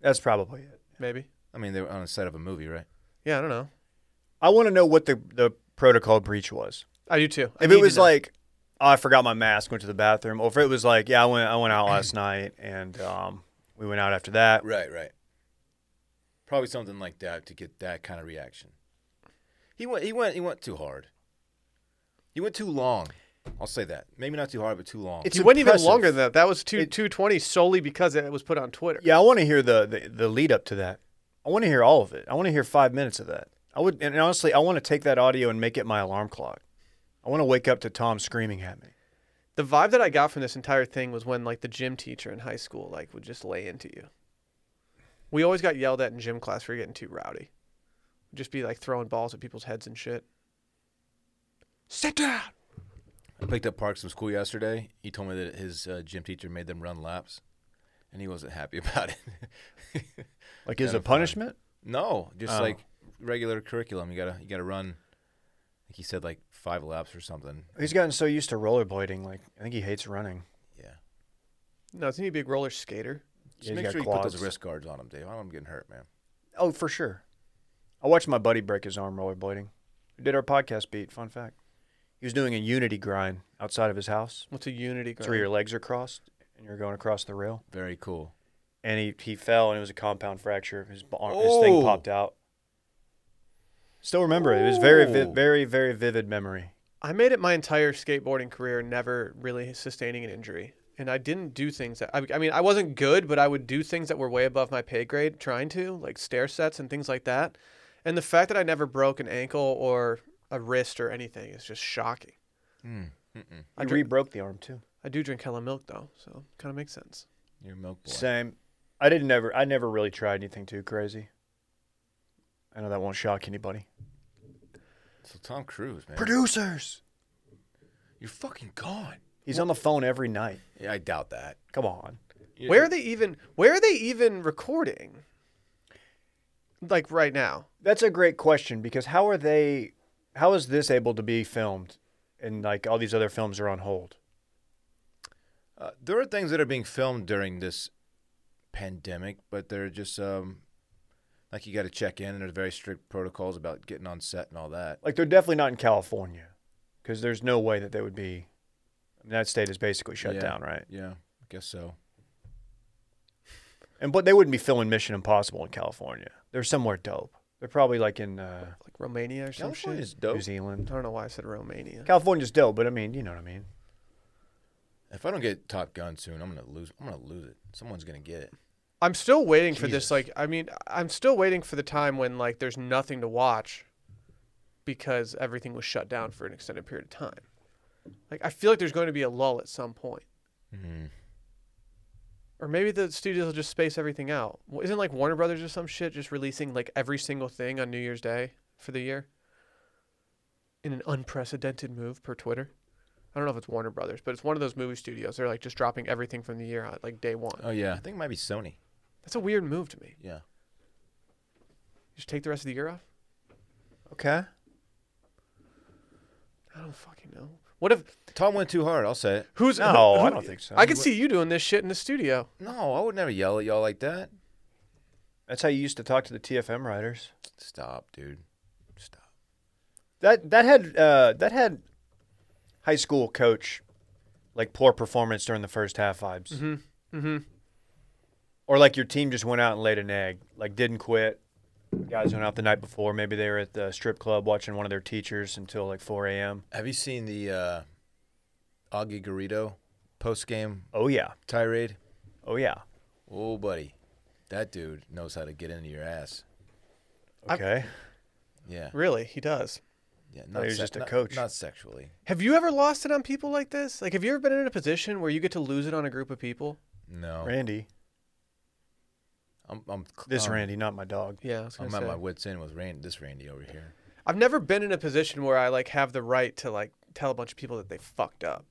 Speaker 2: That's probably it.
Speaker 1: Maybe.
Speaker 3: I mean, they were on the set of a movie, right?
Speaker 1: Yeah, I don't know.
Speaker 2: I want to know what the, the protocol breach was.
Speaker 1: I do too. I
Speaker 2: If
Speaker 1: need
Speaker 2: it
Speaker 1: to
Speaker 2: was
Speaker 1: know.
Speaker 2: like, oh, I forgot my mask, went to the bathroom, or if it was like, yeah, I went I went out last night and um, we went out after that.
Speaker 3: Right, right. Probably something like that to get that kind of reaction. He went he went he went too hard. He went too long. I'll say that. Maybe not too hard, but too long.
Speaker 2: It's
Speaker 1: it went even
Speaker 2: impressive.
Speaker 1: longer than that. That was two two twenty solely because it was put on Twitter.
Speaker 2: Yeah, I want to hear the, the the lead up to that. I want to hear all of it. I want to hear five minutes of that. I would, and honestly, I want to take that audio and make it my alarm clock. I want to wake up to Tom screaming at me.
Speaker 1: The vibe that I got from this entire thing was when like the gym teacher in high school like would just lay into you. We always got yelled at in gym class for getting too rowdy. We'd just be like throwing balls at people's heads and shit. Sit down.
Speaker 3: I picked up Parks from school yesterday. He told me that his uh, gym teacher made them run laps, and he wasn't happy about it.
Speaker 2: Like, is it a punishment?
Speaker 3: no, just
Speaker 2: Oh.
Speaker 3: like regular curriculum. You gotta you gotta run. Like he said, like five laps or something.
Speaker 2: He's gotten so used to rollerblading. Like, I think he hates running.
Speaker 3: Yeah.
Speaker 1: No, doesn't he be a big roller skater?
Speaker 3: Just
Speaker 2: he's
Speaker 3: make
Speaker 2: got
Speaker 3: sure you put those
Speaker 2: quads.
Speaker 3: wrist guards on him, Dave. I don't want him getting hurt, man.
Speaker 2: Oh, for sure. I watched my buddy break his arm rollerblading. We did our podcast beat. Fun fact. He was doing a unity grind outside of his house.
Speaker 1: What's a unity
Speaker 2: It's where your
Speaker 1: grind?
Speaker 2: legs are crossed and you're going across the rail.
Speaker 3: Very cool.
Speaker 2: And he, he fell and it was a compound fracture. His b- arm, his thing
Speaker 3: Oh.
Speaker 2: popped out. Still remember it. It was very vi-
Speaker 3: Oh.
Speaker 2: very very vivid memory.
Speaker 1: I made it my entire skateboarding career never really sustaining an injury. And I didn't do things that I, I mean I wasn't good, but I would do things that were way above my pay grade trying to, like stair sets and things like that. And the fact that I never broke an ankle or a wrist or anything is just shocking.
Speaker 2: I re broke the arm too.
Speaker 1: I do drink hella milk though, so kind of makes sense.
Speaker 3: You're a milk boy.
Speaker 2: Same. I didn't never I never really tried anything too crazy. I know that won't shock anybody.
Speaker 3: So Tom Cruise, man.
Speaker 2: Producers.
Speaker 3: You're fucking gone.
Speaker 2: He's on the phone every night.
Speaker 3: Yeah, I doubt that.
Speaker 2: Come on.
Speaker 1: Where are they even where are they even recording? Like right now.
Speaker 2: That's a great question because how are they? How is this able to be filmed, and like all these other films are on hold?
Speaker 3: Uh, there are things that are being filmed during this pandemic, but they're just um, like you got to check in, and there's very strict protocols about getting on set and all that.
Speaker 2: Like they're definitely not in California because there's no way that they would be. I mean, that state is basically shut
Speaker 3: Yeah.
Speaker 2: down, right?
Speaker 3: Yeah, I guess so.
Speaker 2: And but they wouldn't be filming Mission Impossible in California. They're somewhere dope. They're probably like in uh,
Speaker 1: Like Romania or some shit.
Speaker 3: California's dope.
Speaker 2: New Zealand.
Speaker 1: I don't know why I said Romania.
Speaker 2: California's dope, but I mean, you know what I mean.
Speaker 3: If I don't get Top Gun soon, I'm gonna lose. I'm gonna lose it. Someone's gonna get it.
Speaker 1: I'm still waiting for this.
Speaker 3: Jesus.
Speaker 1: Like, I mean, I'm still waiting for the time when like there's nothing to watch because everything was shut down for an extended period of time.
Speaker 3: Mm-hmm.
Speaker 1: Like, I feel like there's going to be a lull at some point. Or maybe the studios will just space everything out. Well, Isn't like Warner Brothers or some shit just releasing like every single thing on New Year's Day for the year? In an unprecedented move per Twitter. I don't know if it's Warner Brothers, but it's one of those movie studios. They're like just dropping everything from the year on like day one.
Speaker 3: Oh yeah, I think it might be Sony.
Speaker 1: That's a weird move to me.
Speaker 3: Yeah.
Speaker 1: Just take the rest of the year off?
Speaker 2: Okay.
Speaker 1: I don't fucking know. What if
Speaker 3: Tom went too hard. I'll say it.
Speaker 1: who's
Speaker 2: No,
Speaker 1: who-
Speaker 2: I
Speaker 1: who-
Speaker 2: don't think so.
Speaker 1: I could see you doing this shit in the studio.
Speaker 3: No, I would never yell at y'all like that.
Speaker 2: That's how you used to talk to the TFM writers.
Speaker 3: Stop, dude. Stop.
Speaker 2: That that had uh, that had high school coach like poor performance during the first half vibes. Mm-hmm. Mm-hmm. Or like your team just went out and laid an egg, like didn't quit. Guys went out the night before. Maybe they were at the strip club watching one of their teachers until like 4 a.m.
Speaker 3: Have you seen the uh, Augie Garrido post game
Speaker 2: Oh yeah,
Speaker 3: tirade?
Speaker 2: oh yeah.
Speaker 3: Oh, buddy, that dude knows how to get into your ass.
Speaker 2: Okay.
Speaker 3: Yeah,
Speaker 1: Really, he does.
Speaker 3: yeah. Not
Speaker 2: he was
Speaker 3: sex-
Speaker 2: Oh, just a
Speaker 3: not-
Speaker 2: coach.
Speaker 3: Not sexually.
Speaker 1: Have you ever lost it on people like this? Like, have you ever been in a position where you get to lose it on a group of people?
Speaker 3: No.
Speaker 2: Randy,
Speaker 3: I'm. I'm
Speaker 2: this
Speaker 3: I'm,
Speaker 2: Randy, not my dog.
Speaker 1: Yeah, I was
Speaker 3: I'm
Speaker 1: gonna
Speaker 3: at my
Speaker 1: say.
Speaker 3: wits end with Randy. This Randy over here.
Speaker 1: I've never been in a position where I like have the right to like tell a bunch of people that they fucked up.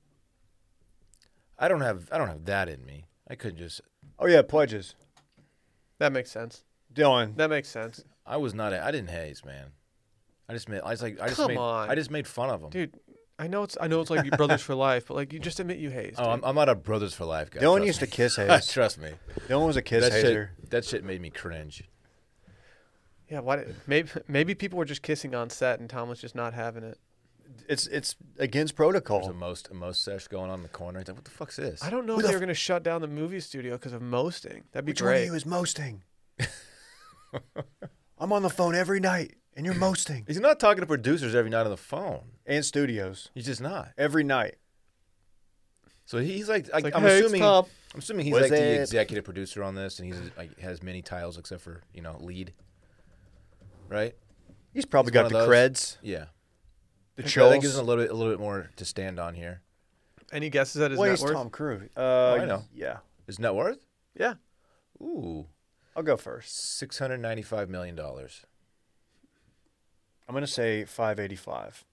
Speaker 3: I don't have. I don't have that in me. I couldn't just.
Speaker 2: Oh yeah, pledges.
Speaker 1: That makes sense.
Speaker 2: Dylan,
Speaker 1: That makes sense,
Speaker 3: I was not. A, I didn't haze, man. I just made. I was like. I just
Speaker 1: Come
Speaker 3: made,
Speaker 1: on.
Speaker 3: I just made fun of him.
Speaker 1: dude. I know it's I know it's like your brothers for life, but like you just admit you hazed.
Speaker 3: Oh, I'm, I'm not a brothers for life guy.
Speaker 2: Dylan
Speaker 3: trust
Speaker 2: used
Speaker 3: me.
Speaker 2: to kiss Hayes.
Speaker 3: Trust me.
Speaker 2: Dylan was a kiss
Speaker 3: That
Speaker 2: hazer.
Speaker 3: shit, that shit made me cringe.
Speaker 1: yeah, why? did- Maybe maybe people were just kissing on set and Tom was just not having it.
Speaker 2: It's it's against
Speaker 3: There's a
Speaker 2: protocol.
Speaker 3: most a most sesh going on in the corner. He's like, what the fuck's this?
Speaker 1: Oh. I don't know if they were gonna shut down the movie studio because of mosting. That'd be
Speaker 2: Which one of
Speaker 1: great.
Speaker 2: you is mosting? I'm on the phone every night, and you're mosting.
Speaker 3: He's not talking to producers every night on the phone.
Speaker 2: And studios
Speaker 3: He's just not.
Speaker 2: every night.
Speaker 3: So he's like, I,
Speaker 1: like,
Speaker 3: I'm
Speaker 1: "Hey, it's
Speaker 3: assuming.
Speaker 1: Tom."
Speaker 3: I'm assuming he's
Speaker 2: What's
Speaker 3: like the
Speaker 2: up?
Speaker 3: executive producer on this, and he's like has many titles except for you know lead. Right?
Speaker 2: He's probably
Speaker 3: He's
Speaker 2: got
Speaker 3: one
Speaker 2: the
Speaker 3: of
Speaker 2: creds,
Speaker 3: Yeah.
Speaker 2: the
Speaker 3: So that gives him
Speaker 2: chills.
Speaker 3: a little bit, a little bit more to stand on here.
Speaker 1: Any guesses at his
Speaker 2: Well,
Speaker 1: net
Speaker 2: he's
Speaker 1: worth?
Speaker 2: Tom Cruise. Uh,
Speaker 3: I know.
Speaker 2: Yeah,
Speaker 3: His net worth?
Speaker 1: Yeah,
Speaker 3: Ooh,
Speaker 2: I'll go first.
Speaker 3: six hundred ninety-five million dollars.
Speaker 2: I'm gonna say 585.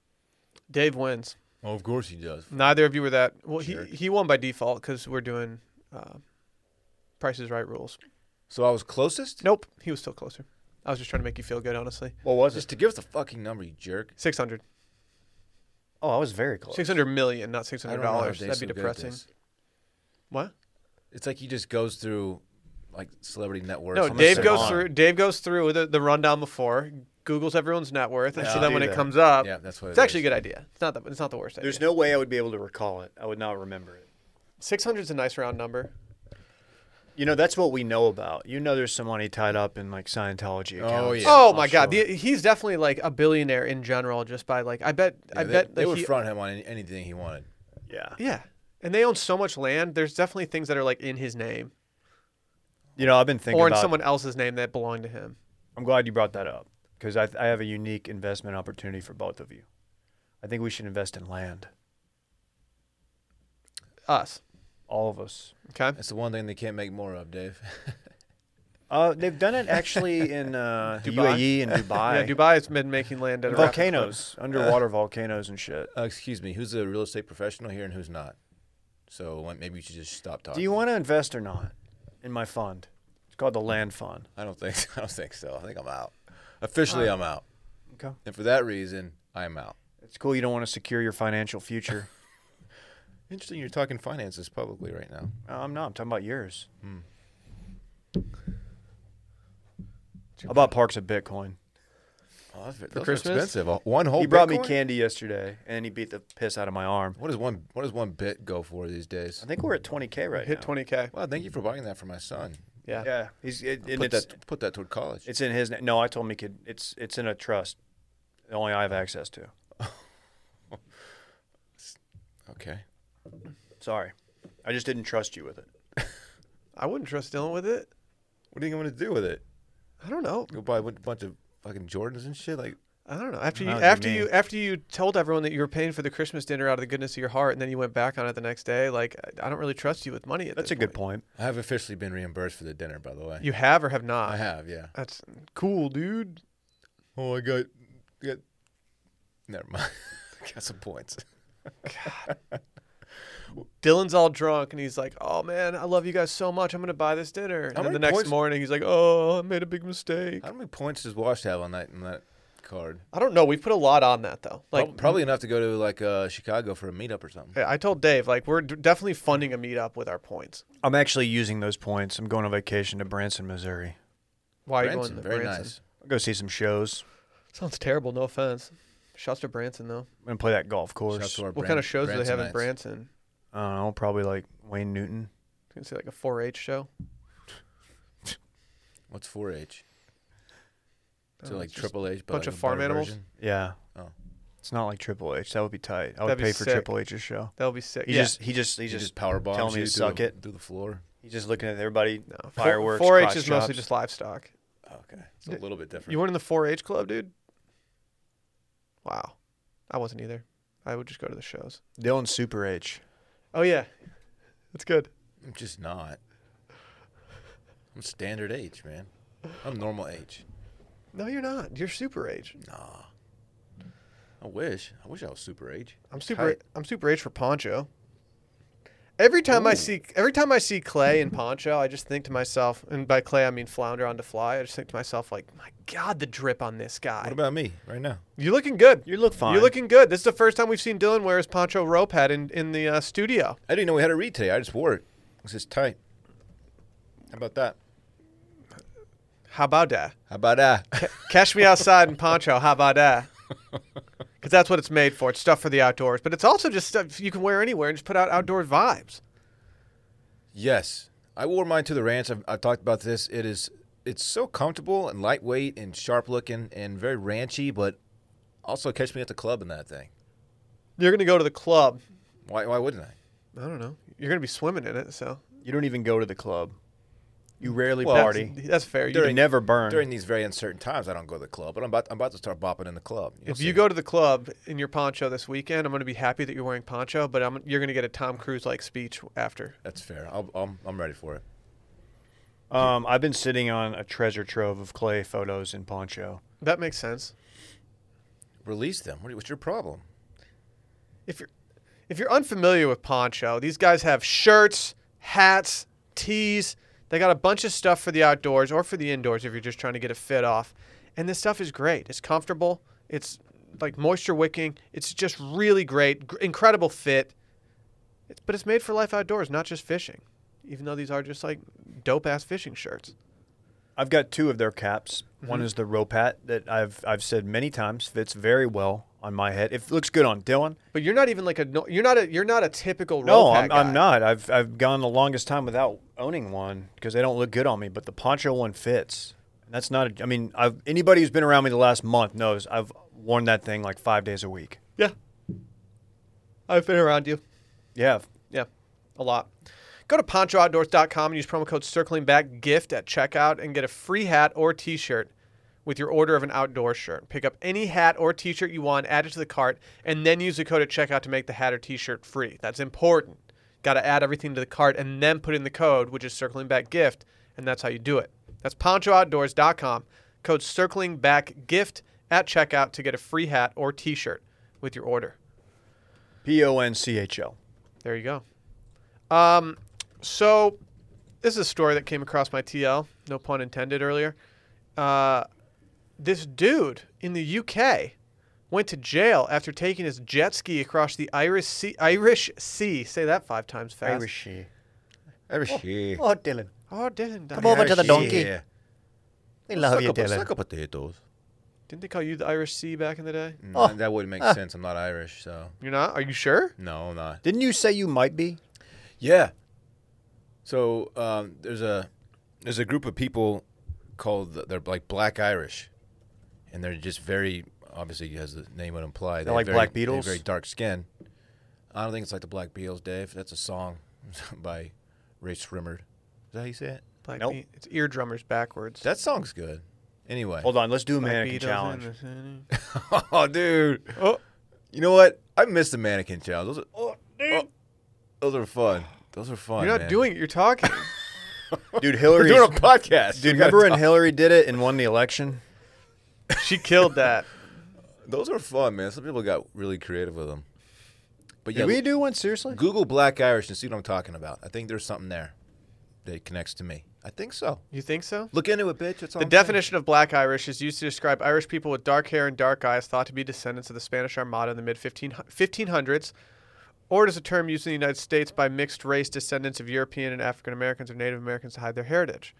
Speaker 1: Dave wins.
Speaker 3: Well, of course he does.
Speaker 1: Neither of you were that. Well,
Speaker 3: Jerk.
Speaker 1: he he won by default because we're doing uh, Price is Right rules.
Speaker 3: So I was closest.
Speaker 1: Nope, he was still closer. I was just trying to make you feel good, honestly.
Speaker 2: What was
Speaker 3: Just
Speaker 2: it?
Speaker 3: to give us the fucking number, you jerk.
Speaker 1: 600.
Speaker 2: Oh, I was very close.
Speaker 1: 600 million, not
Speaker 3: I don't
Speaker 1: $600.
Speaker 3: know how
Speaker 1: dollars.
Speaker 3: Dave's
Speaker 1: That'd be
Speaker 3: so good at
Speaker 1: depressing.
Speaker 3: this.
Speaker 1: What?
Speaker 3: It's like he just goes through like celebrity net worth.
Speaker 1: No,
Speaker 3: I'm gonna
Speaker 1: Dave
Speaker 3: say
Speaker 1: goes
Speaker 3: Vaughn.
Speaker 1: through Dave goes through the, the rundown before, Googles everyone's net worth, and so
Speaker 2: should
Speaker 1: then
Speaker 2: do
Speaker 1: when it
Speaker 2: that.
Speaker 1: comes up,
Speaker 3: Yeah, that's what
Speaker 1: it's
Speaker 3: it
Speaker 1: actually
Speaker 3: is.
Speaker 1: a good idea. It's not the, it's not the worst
Speaker 2: There's
Speaker 1: idea.
Speaker 2: no way I would be able to recall it. I would not remember it.
Speaker 1: 600 is a nice round number.
Speaker 2: You know, that's what we know about. You know, there's some money tied up in like Scientology. Accounts.
Speaker 3: Oh, yeah.
Speaker 1: oh
Speaker 2: I'm
Speaker 1: my god,
Speaker 2: sure.
Speaker 1: the, he's definitely like a billionaire in general just by like I bet I
Speaker 3: Yeah, they,
Speaker 1: bet
Speaker 3: they
Speaker 1: that
Speaker 3: would
Speaker 1: he-
Speaker 3: front him on any, anything he wanted.
Speaker 2: yeah.
Speaker 1: Yeah. And they own so much land. There's definitely things that are like in his name
Speaker 2: You know, I've been thinking
Speaker 1: or in
Speaker 2: about.
Speaker 1: someone else's name that belong to him.
Speaker 2: I'm glad you brought that up because I, I have a unique investment opportunity for both of you. I think we should invest in land,
Speaker 1: Us.
Speaker 2: all of us.
Speaker 1: Okay.
Speaker 3: That's the one thing they can't make more of, Dave.
Speaker 2: Uh, they've done it actually in uh, the
Speaker 1: Dubai?
Speaker 2: UAE and
Speaker 1: Yeah,
Speaker 2: Dubai.
Speaker 1: Dubai has been making land at a rapid clip.
Speaker 2: Volcanoes, underwater volcanoes and shit.
Speaker 3: uh, excuse me, who's a real estate professional here and who's not? So like, maybe you should just stop talking.
Speaker 2: Do you want to invest or not in my fund? It's called the Land Fund.
Speaker 3: I don't think. I don't think so. I think I'm out. Officially, I'm out.
Speaker 2: Okay.
Speaker 3: And for that reason, I'm out.
Speaker 2: It's cool you don't want to secure your financial future.
Speaker 3: Interesting, you're talking finances publicly right now.
Speaker 2: Uh, I'm not. I'm talking about yours.
Speaker 3: Hmm.
Speaker 2: How about parks of Bitcoin?
Speaker 3: Oh, that's, for
Speaker 1: Christmas?
Speaker 3: expensive. Uh, One whole.
Speaker 2: he brought me
Speaker 3: Bitcoin?
Speaker 2: candy yesterday, and he beat the piss out of my arm.
Speaker 3: What does one? What does one bit go for these days?
Speaker 2: I think we're at 20k right
Speaker 1: Hit
Speaker 2: now.
Speaker 1: 20k.
Speaker 3: Well, thank you for buying that for my son.
Speaker 1: Yeah.
Speaker 2: Yeah, he's it, and
Speaker 3: Put
Speaker 2: it's
Speaker 3: that put that toward college.
Speaker 2: it's in his. na- No, I told him he could. It's it's in a trust. that Only I have access to.
Speaker 3: Okay.
Speaker 2: Sorry, I just didn't trust you with it.
Speaker 1: I wouldn't trust Dylan with it.
Speaker 3: What do you think I'm gonna do with it?
Speaker 1: I don't know.
Speaker 3: Go buy a bunch of fucking Jordans and shit. Like
Speaker 1: I don't know. After you
Speaker 2: Not
Speaker 1: after
Speaker 2: me.
Speaker 1: you after you told everyone that you were paying for the Christmas dinner out of the goodness of your heart, and then you went back on it the next day, like I- I don't really trust you with money. At
Speaker 2: That's
Speaker 1: this
Speaker 2: a good point.
Speaker 3: I have officially been reimbursed for the dinner, by the way.
Speaker 1: You have or have not.
Speaker 3: I have, yeah.
Speaker 1: That's cool, dude.
Speaker 3: Oh, I got, got never mind. I got some points.
Speaker 1: Dylan's all drunk and he's like, "Oh man, I love you guys so much. I'm gonna buy this dinner." And
Speaker 3: How
Speaker 1: then the
Speaker 3: many
Speaker 1: next
Speaker 3: points-
Speaker 1: morning, he's like, "Oh, I made a big mistake."
Speaker 3: How many points does Wash have on that on that card?
Speaker 1: I don't know. We put a lot on that though. Like,
Speaker 3: Prob- probably enough to go to like uh, Chicago for a meetup or something.
Speaker 1: I told Dave, like we're d- definitely funding a meetup with our points.
Speaker 2: I'm actually using those points. I'm going on vacation to Branson, Missouri.
Speaker 1: Why are you going
Speaker 3: Branson,
Speaker 1: to
Speaker 3: very
Speaker 1: Branson?
Speaker 3: nice.
Speaker 2: I'll go see some shows.
Speaker 1: Sounds terrible. No offense. Shouts to Branson though.
Speaker 2: I'm gonna play that golf course.
Speaker 3: Shout out to our
Speaker 1: What kind
Speaker 3: Bran-
Speaker 1: of shows do they have in
Speaker 3: Bransonites.
Speaker 1: Branson?
Speaker 2: I don't know, probably like Wayne Newton.
Speaker 1: You can see like a 4-H show.
Speaker 3: What's 4-H? So
Speaker 1: Oh,
Speaker 3: like
Speaker 1: it's just
Speaker 3: Triple H, but
Speaker 1: bunch
Speaker 3: like
Speaker 1: of
Speaker 3: a
Speaker 1: farm
Speaker 3: better
Speaker 1: animals?
Speaker 3: version?
Speaker 2: Yeah.
Speaker 3: Oh.
Speaker 2: It's not like Triple H. That would be tight. I would
Speaker 1: That'd be
Speaker 2: pay for
Speaker 1: sick.
Speaker 2: Triple H's show.
Speaker 1: That would be sick.
Speaker 2: He
Speaker 1: yeah.
Speaker 2: just he just he
Speaker 3: He
Speaker 2: just,
Speaker 3: just power bombs
Speaker 2: telling me
Speaker 3: you
Speaker 2: to
Speaker 3: through
Speaker 2: suck
Speaker 3: the-
Speaker 2: it.
Speaker 3: through the floor.
Speaker 2: He's just looking at everybody.
Speaker 1: no. Four-
Speaker 2: Fireworks.
Speaker 1: 4-H
Speaker 2: crotch
Speaker 1: is mostly
Speaker 2: chops.
Speaker 1: just livestock.
Speaker 3: Okay, it's a little bit different.
Speaker 1: You weren't in the 4-H club, dude? Wow. I wasn't either. I would just go to the shows.
Speaker 2: Dylan Super H.
Speaker 1: Oh yeah. That's good.
Speaker 3: I'm just not. I'm standard H, man. I'm normal H.
Speaker 1: No, you're not. You're super age.
Speaker 3: Nah. I wish. I wish I was super H.
Speaker 1: I'm super.
Speaker 3: Tight.
Speaker 1: I'm super age for Poncho. Every time I
Speaker 3: Ooh.
Speaker 1: see every time I see Clay and Poncho, I just think to myself, and by Clay I mean flounder on to fly. I just think to myself, like, my God, the drip on this guy.
Speaker 3: What about me right now?
Speaker 1: You're looking good.
Speaker 2: You look fine.
Speaker 1: You're looking good. This is the first time we've seen Dylan wear his Poncho rope hat in in the uh, studio.
Speaker 3: I didn't know we had a read today. I just wore it. It's just tight. How about that?
Speaker 1: How about that?
Speaker 3: How about that?
Speaker 1: Catch me outside in Poncho. How about that? Because that's what it's made for. It's stuff for the outdoors, but it's also just stuff you can wear anywhere and just put out outdoor vibes.
Speaker 3: yes. I wore mine to the ranch. I've, I've talked about this. It is. It's so comfortable and lightweight and sharp looking and very ranchy, but also catch me at the club in that thing.
Speaker 1: You're gonna go to the club.
Speaker 3: Why? Why wouldn't I?
Speaker 1: I don't know. You're gonna be swimming in it, so
Speaker 2: You don't even go to the club. You rarely
Speaker 3: Well,
Speaker 1: Mm. that's,
Speaker 2: party.
Speaker 1: that's fair. You
Speaker 2: You never burn.
Speaker 3: During these very uncertain times, I don't go to the club, but I'm about, I'm about to start bopping in the club. You'll
Speaker 1: If you
Speaker 3: see.
Speaker 1: go to the club in your poncho this weekend, I'm going to be happy that you're wearing poncho, but I'm, you're going to get a Tom Cruise like speech after.
Speaker 3: that's fair. I'll, I'm, I'm ready for it.
Speaker 2: Um, I've been sitting on a treasure trove of clay photos in Poncho.
Speaker 1: That makes sense.
Speaker 3: Release them. What, what's your problem?
Speaker 1: If you're if you're unfamiliar with poncho, these guys have shirts, hats, tees. They got a bunch of stuff for the outdoors or for the indoors if you're just trying to get a fit off. And this stuff is great. It's comfortable. It's like moisture wicking. It's just really great. Gr- incredible fit. It's, but it's made for life outdoors, not just fishing. Even though these are just like dope ass fishing shirts.
Speaker 2: I've got two of their caps. One is the rope hat that I've I've said many times fits very well on my head. It looks good on Dylan.
Speaker 1: But you're not even like a no- you're not a you're not a typical
Speaker 2: No,
Speaker 1: roll
Speaker 2: I'm,
Speaker 1: pack
Speaker 2: I'm
Speaker 1: guy.
Speaker 2: not. I've I've gone the longest time without owning one because they don't look good on me. But the poncho one fits. That's not. A, I mean, I've, anybody who's been around me the last month knows I've worn that thing like five days a week.
Speaker 1: Yeah, I've been around you.
Speaker 2: Yeah,
Speaker 1: Yeah, a lot. Go to ponchooutdoors.com and use promo code circling back gift at checkout and get a free hat or t-shirt with your order of an outdoor shirt. Pick up any hat or t-shirt you want, add it to the cart, and then use the code at checkout to make the hat or t-shirt free. That's important. Got to add everything to the cart and then put in the code, which is circling back gift, and that's how you do it. That's ponchooutdoors.com. Code circling back gift at checkout to get a free hat or t-shirt with your order.
Speaker 2: P O N C H O.
Speaker 1: There you go. Um, so this is a story that came across my TL, no pun intended earlier. Uh, this dude in the UK went to jail after taking his jet ski across the Irish Sea. Irish Sea. Say that five times fast.
Speaker 3: Every shit.
Speaker 2: Oh, Dylan.
Speaker 1: Oh, didn't
Speaker 2: Come over to the donkey.
Speaker 3: Yeah.
Speaker 2: We love you, Dylan.
Speaker 3: Suck a potatoes. Oh.
Speaker 1: Didn't they call you the Irish Sea back in the day?
Speaker 3: No, Mm, That wouldn't make sense. I'm not Irish, so
Speaker 1: You're not? Are you sure?
Speaker 3: no, I'm not.
Speaker 2: Didn't you say you might be?
Speaker 3: Yeah. So um, there's a there's a group of people called the- they're like Black Irish, and they're just very obviously as the name would imply they're,
Speaker 2: like
Speaker 3: very,
Speaker 2: Black
Speaker 3: they have
Speaker 2: Beatles?
Speaker 3: very dark skin. I don't think it's like the Black Beatles, Dave. That's a song by Ray Srimmerd. Is that how you say it?
Speaker 1: Like
Speaker 2: Nope.
Speaker 1: It's eardrummers backwards.
Speaker 3: That song's good. Anyway.
Speaker 2: Hold on, let's do a
Speaker 1: Like
Speaker 2: mannequin
Speaker 1: Beatles in
Speaker 2: challenge.
Speaker 1: the city.
Speaker 3: oh, dude.
Speaker 1: Oh.
Speaker 3: You know what? I missed the mannequin challenge. Those are, oh, those are fun. Those are fun.
Speaker 1: You're not
Speaker 3: man.
Speaker 1: doing it. You're talking.
Speaker 2: Dude,
Speaker 3: We're
Speaker 2: Hillary.
Speaker 3: doing a podcast.
Speaker 2: Dude,
Speaker 3: We gotta
Speaker 2: remember when
Speaker 3: talk.
Speaker 2: Hillary did it and won the election?
Speaker 1: she killed that.
Speaker 3: Those are fun, man. Some people got really creative with them. But
Speaker 2: Did
Speaker 3: yeah,
Speaker 2: we do one seriously?
Speaker 3: Google Black Irish and see what I'm talking about. I think there's something there that connects to me. I think so.
Speaker 1: You think so?
Speaker 3: Look into it, bitch. That's all
Speaker 1: The
Speaker 3: I'm saying.
Speaker 1: definition of black Irish is used to describe Irish people with dark hair and dark eyes thought to be descendants of the Spanish Armada in the mid 1500s, or it is a term used in the United States by mixed race descendants of European and African Americans or Native Americans to hide their heritage.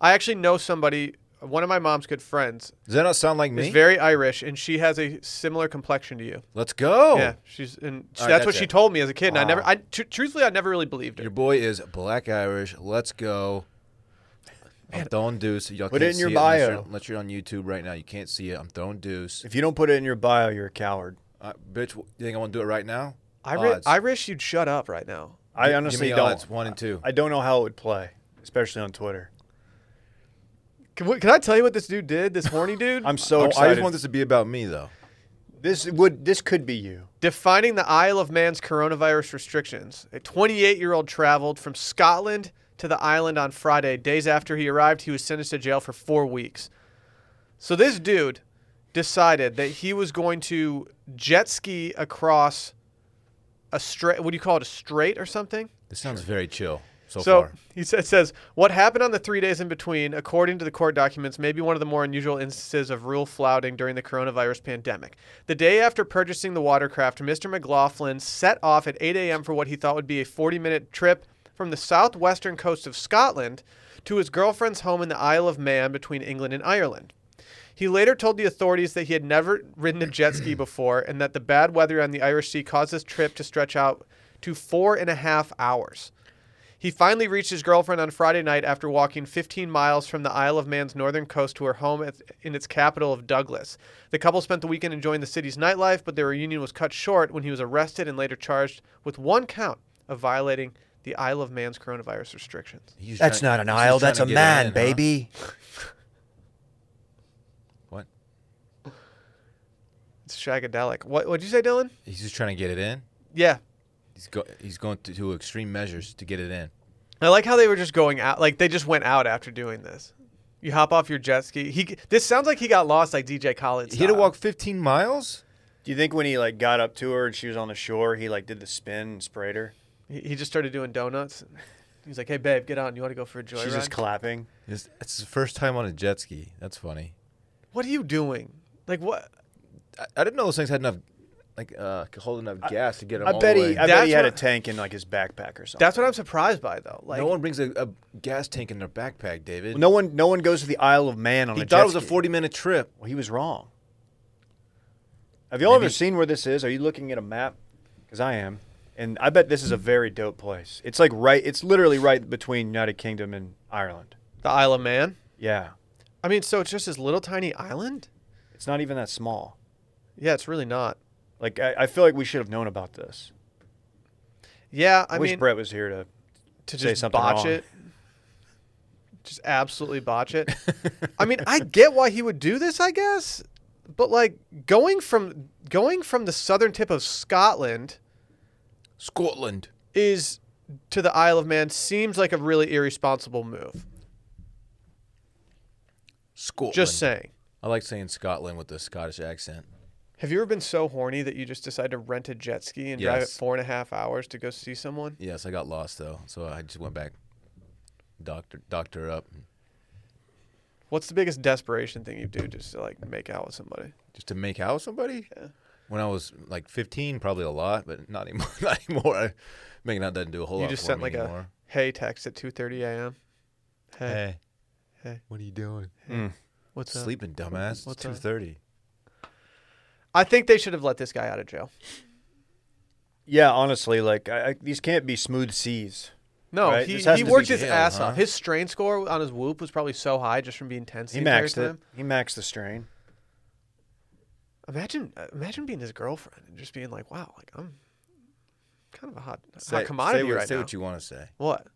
Speaker 1: I actually know somebody, one of my mom's good friends,
Speaker 3: Does that not sound like me?
Speaker 1: is very Irish, and she has a similar complexion to you.
Speaker 3: Let's go.
Speaker 1: Yeah, she's and
Speaker 3: Oh. All right,
Speaker 1: that's, what
Speaker 3: that's
Speaker 1: she
Speaker 3: it.
Speaker 1: told me as a kid. And I never, I tr- truthfully, I never really believed her.
Speaker 3: Your boy is Black Irish. Let's go. I'm throwing deuce. Y'all
Speaker 2: Put
Speaker 3: can't
Speaker 2: it in your
Speaker 3: see unless
Speaker 2: bio.
Speaker 3: you're- Unless you're, on YouTube right now, you can't see it. I'm throwing deuce.
Speaker 2: If you don't put it in your bio, you're a coward.
Speaker 3: Uh, bitch, w- you think I want to do it right now?
Speaker 1: Iri-
Speaker 3: Odds.
Speaker 1: Irish, you'd shut up right now.
Speaker 2: I
Speaker 3: Gi-
Speaker 2: honestly
Speaker 3: give me
Speaker 2: don't.
Speaker 3: odds, one and two.
Speaker 2: I don't know how it would play, especially on Twitter.
Speaker 1: Can, we, can I tell you what this dude did? This horny dude.
Speaker 2: I'm so
Speaker 3: Oh, I- I
Speaker 2: excited.
Speaker 3: just want this to be about me, though.
Speaker 2: this would this could be you.
Speaker 1: defining the Isle of Man's coronavirus restrictions. A 28 year old traveled from Scotland to the island on Friday. Days after he arrived, he was sentenced to jail for four weeks. So this dude decided that he was going to jet ski across a straight, what do you call it, a strait or something?
Speaker 3: This sounds very chill so,
Speaker 1: So
Speaker 3: far.
Speaker 1: he sa- says, What happened on the three days in between, according to the court documents, may be one of the more unusual instances of rule flouting during the coronavirus pandemic. The day after purchasing the watercraft, Mr. McLaughlin set off at 8 a.m. for what he thought would be a 40 minute trip from the southwestern coast of Scotland to his girlfriend's home in the Isle of Man between England and Ireland. He later told the authorities that he had never ridden a jet ski before and that the bad weather on the Irish Sea caused his trip to stretch out to four and a half hours. He finally reached his girlfriend on Friday night after walking 15 miles from the Isle of Man's northern coast to her home at, in its capital of Douglas. The couple spent the weekend enjoying the city's nightlife, but their reunion was cut short when he was arrested and later charged with one count of violating the Isle of Man's coronavirus restrictions.
Speaker 3: He's
Speaker 2: That's
Speaker 3: trying-
Speaker 2: not an
Speaker 3: he's
Speaker 2: aisle.
Speaker 3: just trying
Speaker 2: That's
Speaker 3: to
Speaker 2: a
Speaker 3: get
Speaker 2: man,
Speaker 3: in, huh?
Speaker 2: baby.
Speaker 3: What?
Speaker 1: It's shagadelic. What would you say, Dylan?
Speaker 3: He's just trying to get it in.
Speaker 1: Yeah.
Speaker 3: He's go- he's going to, to extreme measures to get it in.
Speaker 1: I like how they were just going out. Like they just went out after doing this. You hop off your jet ski. He this sounds like he got lost like DJ Khaled.
Speaker 3: He had to
Speaker 1: style.
Speaker 3: walk 15 miles.
Speaker 2: Do you think when he like got up to her and she was on the shore, he like did the spin and sprayed her?
Speaker 1: He, he just started doing donuts. He's like, "Hey babe, get on. You want to go for a joyride?"
Speaker 2: She's just clapping.
Speaker 3: It's, it's his first time on a jet ski. That's funny.
Speaker 1: what are you doing? Like what?
Speaker 3: I, I didn't know those things had enough, like, uh, could hold enough gas to get him
Speaker 2: I
Speaker 3: all
Speaker 2: bet
Speaker 3: the
Speaker 2: he.
Speaker 3: way.
Speaker 2: I bet
Speaker 1: That's
Speaker 2: he had a
Speaker 1: what-
Speaker 2: tank in like his backpack or something.
Speaker 1: That's what I'm surprised by though. Like
Speaker 3: no one brings a, a gas tank in their backpack, David.
Speaker 2: no one. No one goes to the Isle of Man on
Speaker 3: he
Speaker 2: a
Speaker 3: thought
Speaker 2: jet
Speaker 3: it was a
Speaker 2: ski.
Speaker 3: 40 minute trip.
Speaker 2: Well, he was wrong. Have y'all ever
Speaker 3: Maybe-
Speaker 2: seen where this is? Are you looking at a map? Because I am, and I bet this is a very dope place. It's like right. It's literally right between United Kingdom and Ireland.
Speaker 1: the Isle of Man.
Speaker 2: Yeah,
Speaker 1: I mean, so it's just this little tiny island?
Speaker 2: it's not even that small.
Speaker 1: Yeah, it's really not.
Speaker 2: Like I, I feel like we should have known about this.
Speaker 1: Yeah, I
Speaker 2: I wish
Speaker 1: mean
Speaker 2: Brett was here to.
Speaker 1: to
Speaker 2: say
Speaker 1: just
Speaker 2: something
Speaker 1: botch
Speaker 2: wrong.
Speaker 1: it. Just absolutely botch it. I mean, I get why he would do this, I guess, but like going from going from the southern tip of Scotland
Speaker 3: Scotland.
Speaker 1: is to the Isle of Man seems like a really irresponsible move.
Speaker 3: Scotland.
Speaker 1: Just saying.
Speaker 3: I like saying Scotland with the Scottish accent.
Speaker 1: Have you ever been so horny that you just decide to rent a jet ski and drive it
Speaker 3: Yes.
Speaker 1: four and a half hours to go see someone?
Speaker 3: Yes, I got lost though, so I just went back, doctor, doctor up,
Speaker 1: What's the biggest desperation thing you do just to like make out with somebody?
Speaker 3: just to make out with somebody. When I was like 15, probably a lot, but not anymore. Not anymore. I, making out doesn't do a whole
Speaker 1: You
Speaker 3: lot
Speaker 1: just
Speaker 3: for
Speaker 1: sent
Speaker 3: me
Speaker 1: like
Speaker 3: anymore.
Speaker 1: a hey text at 2:30 a.m. Hey,
Speaker 3: hey,
Speaker 1: hey.
Speaker 3: what are you doing?
Speaker 1: what's up?
Speaker 3: Sleeping, dumbass. It's
Speaker 1: What's up?
Speaker 3: two thirty.
Speaker 1: I think they should have let this guy out of jail.
Speaker 2: Yeah, honestly, like I, I, these can't be smooth seas.
Speaker 1: No,
Speaker 2: Right?
Speaker 1: he,
Speaker 2: This has
Speaker 1: he
Speaker 2: to
Speaker 1: worked
Speaker 3: be
Speaker 1: his
Speaker 3: jail,
Speaker 1: ass
Speaker 3: huh?
Speaker 1: off. His strain score on his whoop was probably so high just from being tense the
Speaker 2: He
Speaker 1: entire
Speaker 2: maxed it.
Speaker 1: time.
Speaker 2: He maxed the strain.
Speaker 1: Imagine, uh, imagine being his girlfriend and just being like, "Wow, like I'm kind of a hot, hot
Speaker 3: Say,
Speaker 1: commodity
Speaker 3: say what,
Speaker 1: right
Speaker 3: say
Speaker 1: now."
Speaker 3: what you want to say.
Speaker 1: What?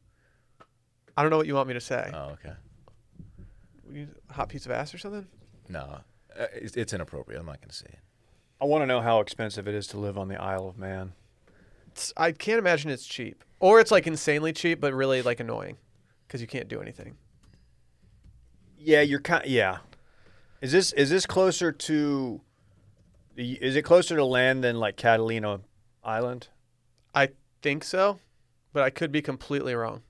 Speaker 1: I don't know what you want me to say.
Speaker 3: Oh, okay.
Speaker 1: you- hot piece of ass or something?
Speaker 3: No, Uh, it's, it's inappropriate. I'm not going to say it.
Speaker 2: I want to know how expensive it is to live on the Isle of Man.
Speaker 1: It's, I can't imagine it's cheap, or it's like insanely cheap, but really like annoying because you can't do anything.
Speaker 2: Yeah, you're kind. Yeah, is this is this closer to? the- Is it closer to land than like Catalina Island?
Speaker 1: I think so, but I could be completely wrong.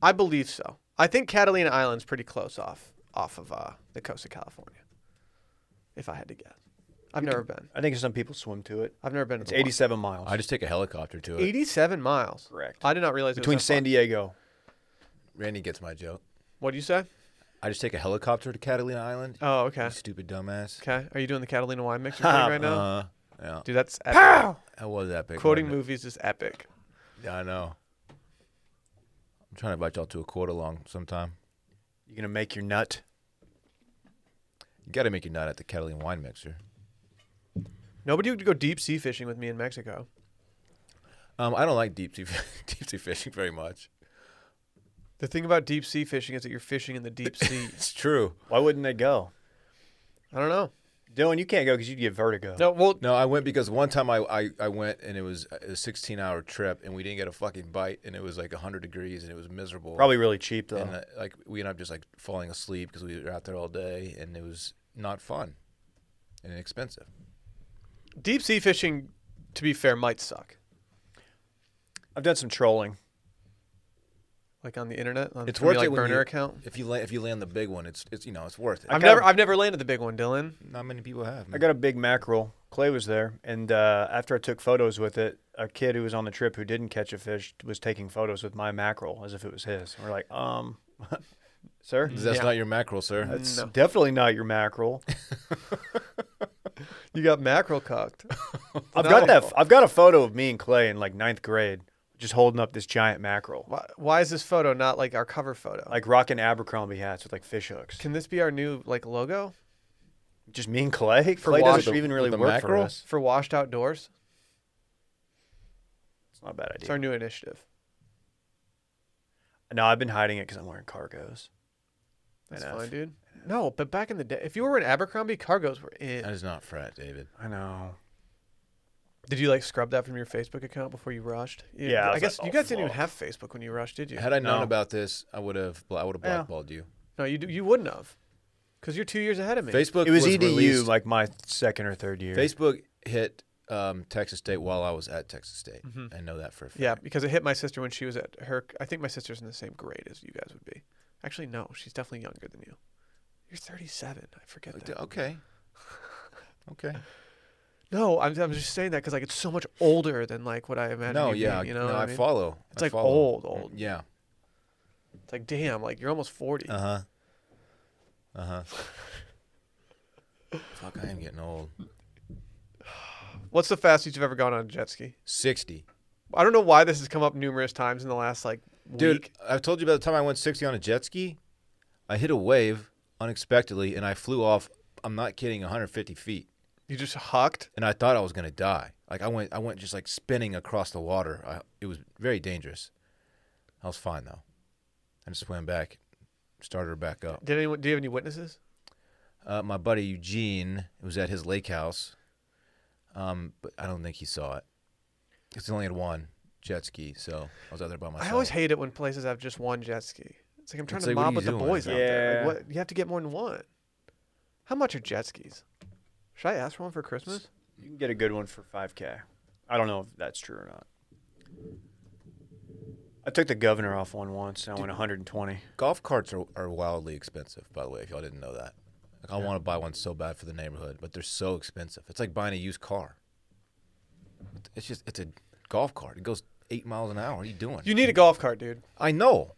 Speaker 1: I believe so. I think Catalina Island's pretty close off off of uh, the coast of California. If I had to guess, I've never been.
Speaker 2: I think some people swim to it.
Speaker 1: I've never been. To
Speaker 2: It's
Speaker 1: the water.
Speaker 2: 87 miles
Speaker 3: I just take a helicopter to it.
Speaker 1: 87 miles.
Speaker 2: Correct.
Speaker 1: I did not realize it was
Speaker 2: between
Speaker 1: that
Speaker 2: San
Speaker 1: far.
Speaker 2: Diego.
Speaker 3: Randy gets my joke.
Speaker 1: What do you say?
Speaker 3: I just take a helicopter to Catalina Island.
Speaker 1: Oh,
Speaker 3: you
Speaker 1: okay.
Speaker 3: stupid dumbass.
Speaker 1: Okay. Are you doing the Catalina wine mixer thing right now?
Speaker 2: Uh-huh.
Speaker 3: Uh, yeah.
Speaker 1: Dude, that's epic.
Speaker 3: That was epic.
Speaker 1: Quoting
Speaker 3: wasn't
Speaker 1: movies is epic.
Speaker 3: it? Yeah, I know. I'm trying to invite y'all to a quote along sometime.
Speaker 2: You're gonna make your nut.
Speaker 3: You got to make your nut at the Catalina wine mixer.
Speaker 1: Nobody would go deep sea fishing with me in Mexico.
Speaker 3: Um, I don't like deep sea deep sea fishing very much.
Speaker 1: The thing about deep sea fishing is that you're fishing in the deep sea.
Speaker 3: It's true.
Speaker 2: Why wouldn't they go?
Speaker 1: I don't know.
Speaker 2: Dylan, you can't go because you'd get vertigo.
Speaker 1: No, well,
Speaker 3: No, I went because one time I, I, I went and it was a 16 hour trip and we didn't get a fucking bite and it was like 100 degrees and it was miserable.
Speaker 2: Probably really cheap though.
Speaker 3: And uh, like we ended up just like falling asleep because we were out there all day and it was not fun and expensive.
Speaker 1: deep sea fishing, to be fair, might suck.
Speaker 2: I've done some trolling.
Speaker 1: Like on the internet, on
Speaker 3: It's
Speaker 1: from your,
Speaker 3: worth
Speaker 1: like
Speaker 3: it when
Speaker 1: burner
Speaker 3: you-
Speaker 1: account.
Speaker 3: If you land, if you land the big one, it's it's you know it's worth it.
Speaker 1: I've
Speaker 2: kinda-
Speaker 1: never, I've never landed the big one, Dylan.
Speaker 3: not many people have.
Speaker 2: I got a big mackerel. Clay was there, and uh, after I took photos with it, a kid who was on the trip who didn't catch a fish was taking photos with my mackerel as if it was his. And we're like, um, sir,
Speaker 3: That's
Speaker 1: Yeah.
Speaker 3: not your mackerel, sir.
Speaker 2: that's
Speaker 1: No.
Speaker 2: definitely not your mackerel.
Speaker 1: You got mackerel cocked.
Speaker 2: I've got that.
Speaker 1: No.
Speaker 2: I've got a photo of me and Clay in like ninth grade, just holding up this giant mackerel,
Speaker 1: Why, why is this photo not like our cover photo?
Speaker 2: like rocking Abercrombie hats with like fish hooks.
Speaker 1: Can this be our new like logo
Speaker 2: Just me and Clay. Clay doesn't
Speaker 1: wash- With
Speaker 3: the-
Speaker 2: even really
Speaker 3: with
Speaker 2: work
Speaker 3: the
Speaker 2: for
Speaker 3: mackerel?
Speaker 2: us.
Speaker 1: for Washed Outdoors?
Speaker 2: It's not a bad
Speaker 1: It's
Speaker 2: idea.
Speaker 1: our new initiative.
Speaker 2: No, I've been hiding it because I'm wearing cargos.
Speaker 1: That's
Speaker 2: Enough.
Speaker 1: fine, dude. No, but back in the day, if you were in Abercrombie, cargos were in.
Speaker 3: That is not frat, David.
Speaker 2: I know.
Speaker 1: Did you like scrub that from your Facebook account before you rushed? You-
Speaker 2: Yeah, I
Speaker 1: I,
Speaker 2: was
Speaker 1: guess
Speaker 2: like,
Speaker 1: you
Speaker 2: "Oh,
Speaker 1: guys didn't even
Speaker 2: fuck."
Speaker 1: have Facebook when you rushed, did you?
Speaker 3: Had I known
Speaker 2: No.
Speaker 3: about this, I would have I would have
Speaker 2: Yeah.
Speaker 3: blackballed you.
Speaker 1: no, you do, you wouldn't have, because you're two years ahead of me.
Speaker 3: Facebook
Speaker 2: It was, E EDU
Speaker 3: released-
Speaker 2: like my second or third year.
Speaker 3: Facebook hit um, Texas State while I was at Texas State. I know that for a fact.
Speaker 1: Mm-hmm. Yeah, because it hit my sister when she was at her. I think my sister's in the same grade as you guys would be. Actually, no, she's definitely younger than you. You're 37. I forget
Speaker 3: Like,
Speaker 1: that.
Speaker 3: Okay. Okay.
Speaker 1: No, I'm, I'm just saying that because like it's so much older than like what I imagine.
Speaker 3: No,
Speaker 1: you
Speaker 3: yeah.
Speaker 1: being, you know,
Speaker 3: no,
Speaker 1: what
Speaker 3: I,
Speaker 1: mean?
Speaker 3: follow.
Speaker 1: It's
Speaker 3: I
Speaker 1: like
Speaker 3: follow.
Speaker 1: old, old.
Speaker 3: Yeah.
Speaker 1: It's like damn, like you're almost 40.
Speaker 3: Uh huh. Uh huh. Fuck, I am getting old.
Speaker 1: What's the fastest you've ever gone on a jet ski?
Speaker 3: 60.
Speaker 1: I don't know why this has come up numerous times in the last like
Speaker 3: Dude,
Speaker 1: week.
Speaker 3: I've told you about the time I went 60 on a jet ski. I hit a wave unexpectedly and I flew off, I'm not kidding, 150 feet.
Speaker 1: You just hucked.
Speaker 3: And I thought I was going to die. Like I went I went just like spinning across the water. I, it was very dangerous. I was fine though. I just swam back, started her back up.
Speaker 1: Did anyone? Do you have any witnesses?
Speaker 3: Uh, my buddy Eugene it was at his lake house, um, but I don't think he saw it. 'Cause he only had one jet ski, so I was out there by myself.
Speaker 1: I always hate it when places have just one jet ski. It's like I'm trying
Speaker 3: It's
Speaker 1: to
Speaker 3: like, what are
Speaker 1: mob
Speaker 3: you
Speaker 1: with the
Speaker 3: doing?
Speaker 1: boys out there.
Speaker 2: Yeah.
Speaker 1: Like, what you have to get more than one. How much are jet skis? Should I ask for one for Christmas?
Speaker 2: You can get a good one for 5K. I don't know if that's true or not. I took the governor off one once and I went 120.
Speaker 3: golf carts are, are wildly expensive. By the way, if y'all didn't know that, like I want to buy one so bad for the neighborhood, but they're so expensive. It's like buying a used car. It's just it's a golf cart. It goes eight miles an hour. What are you doing?
Speaker 1: You need a golf cart, dude.
Speaker 3: I know.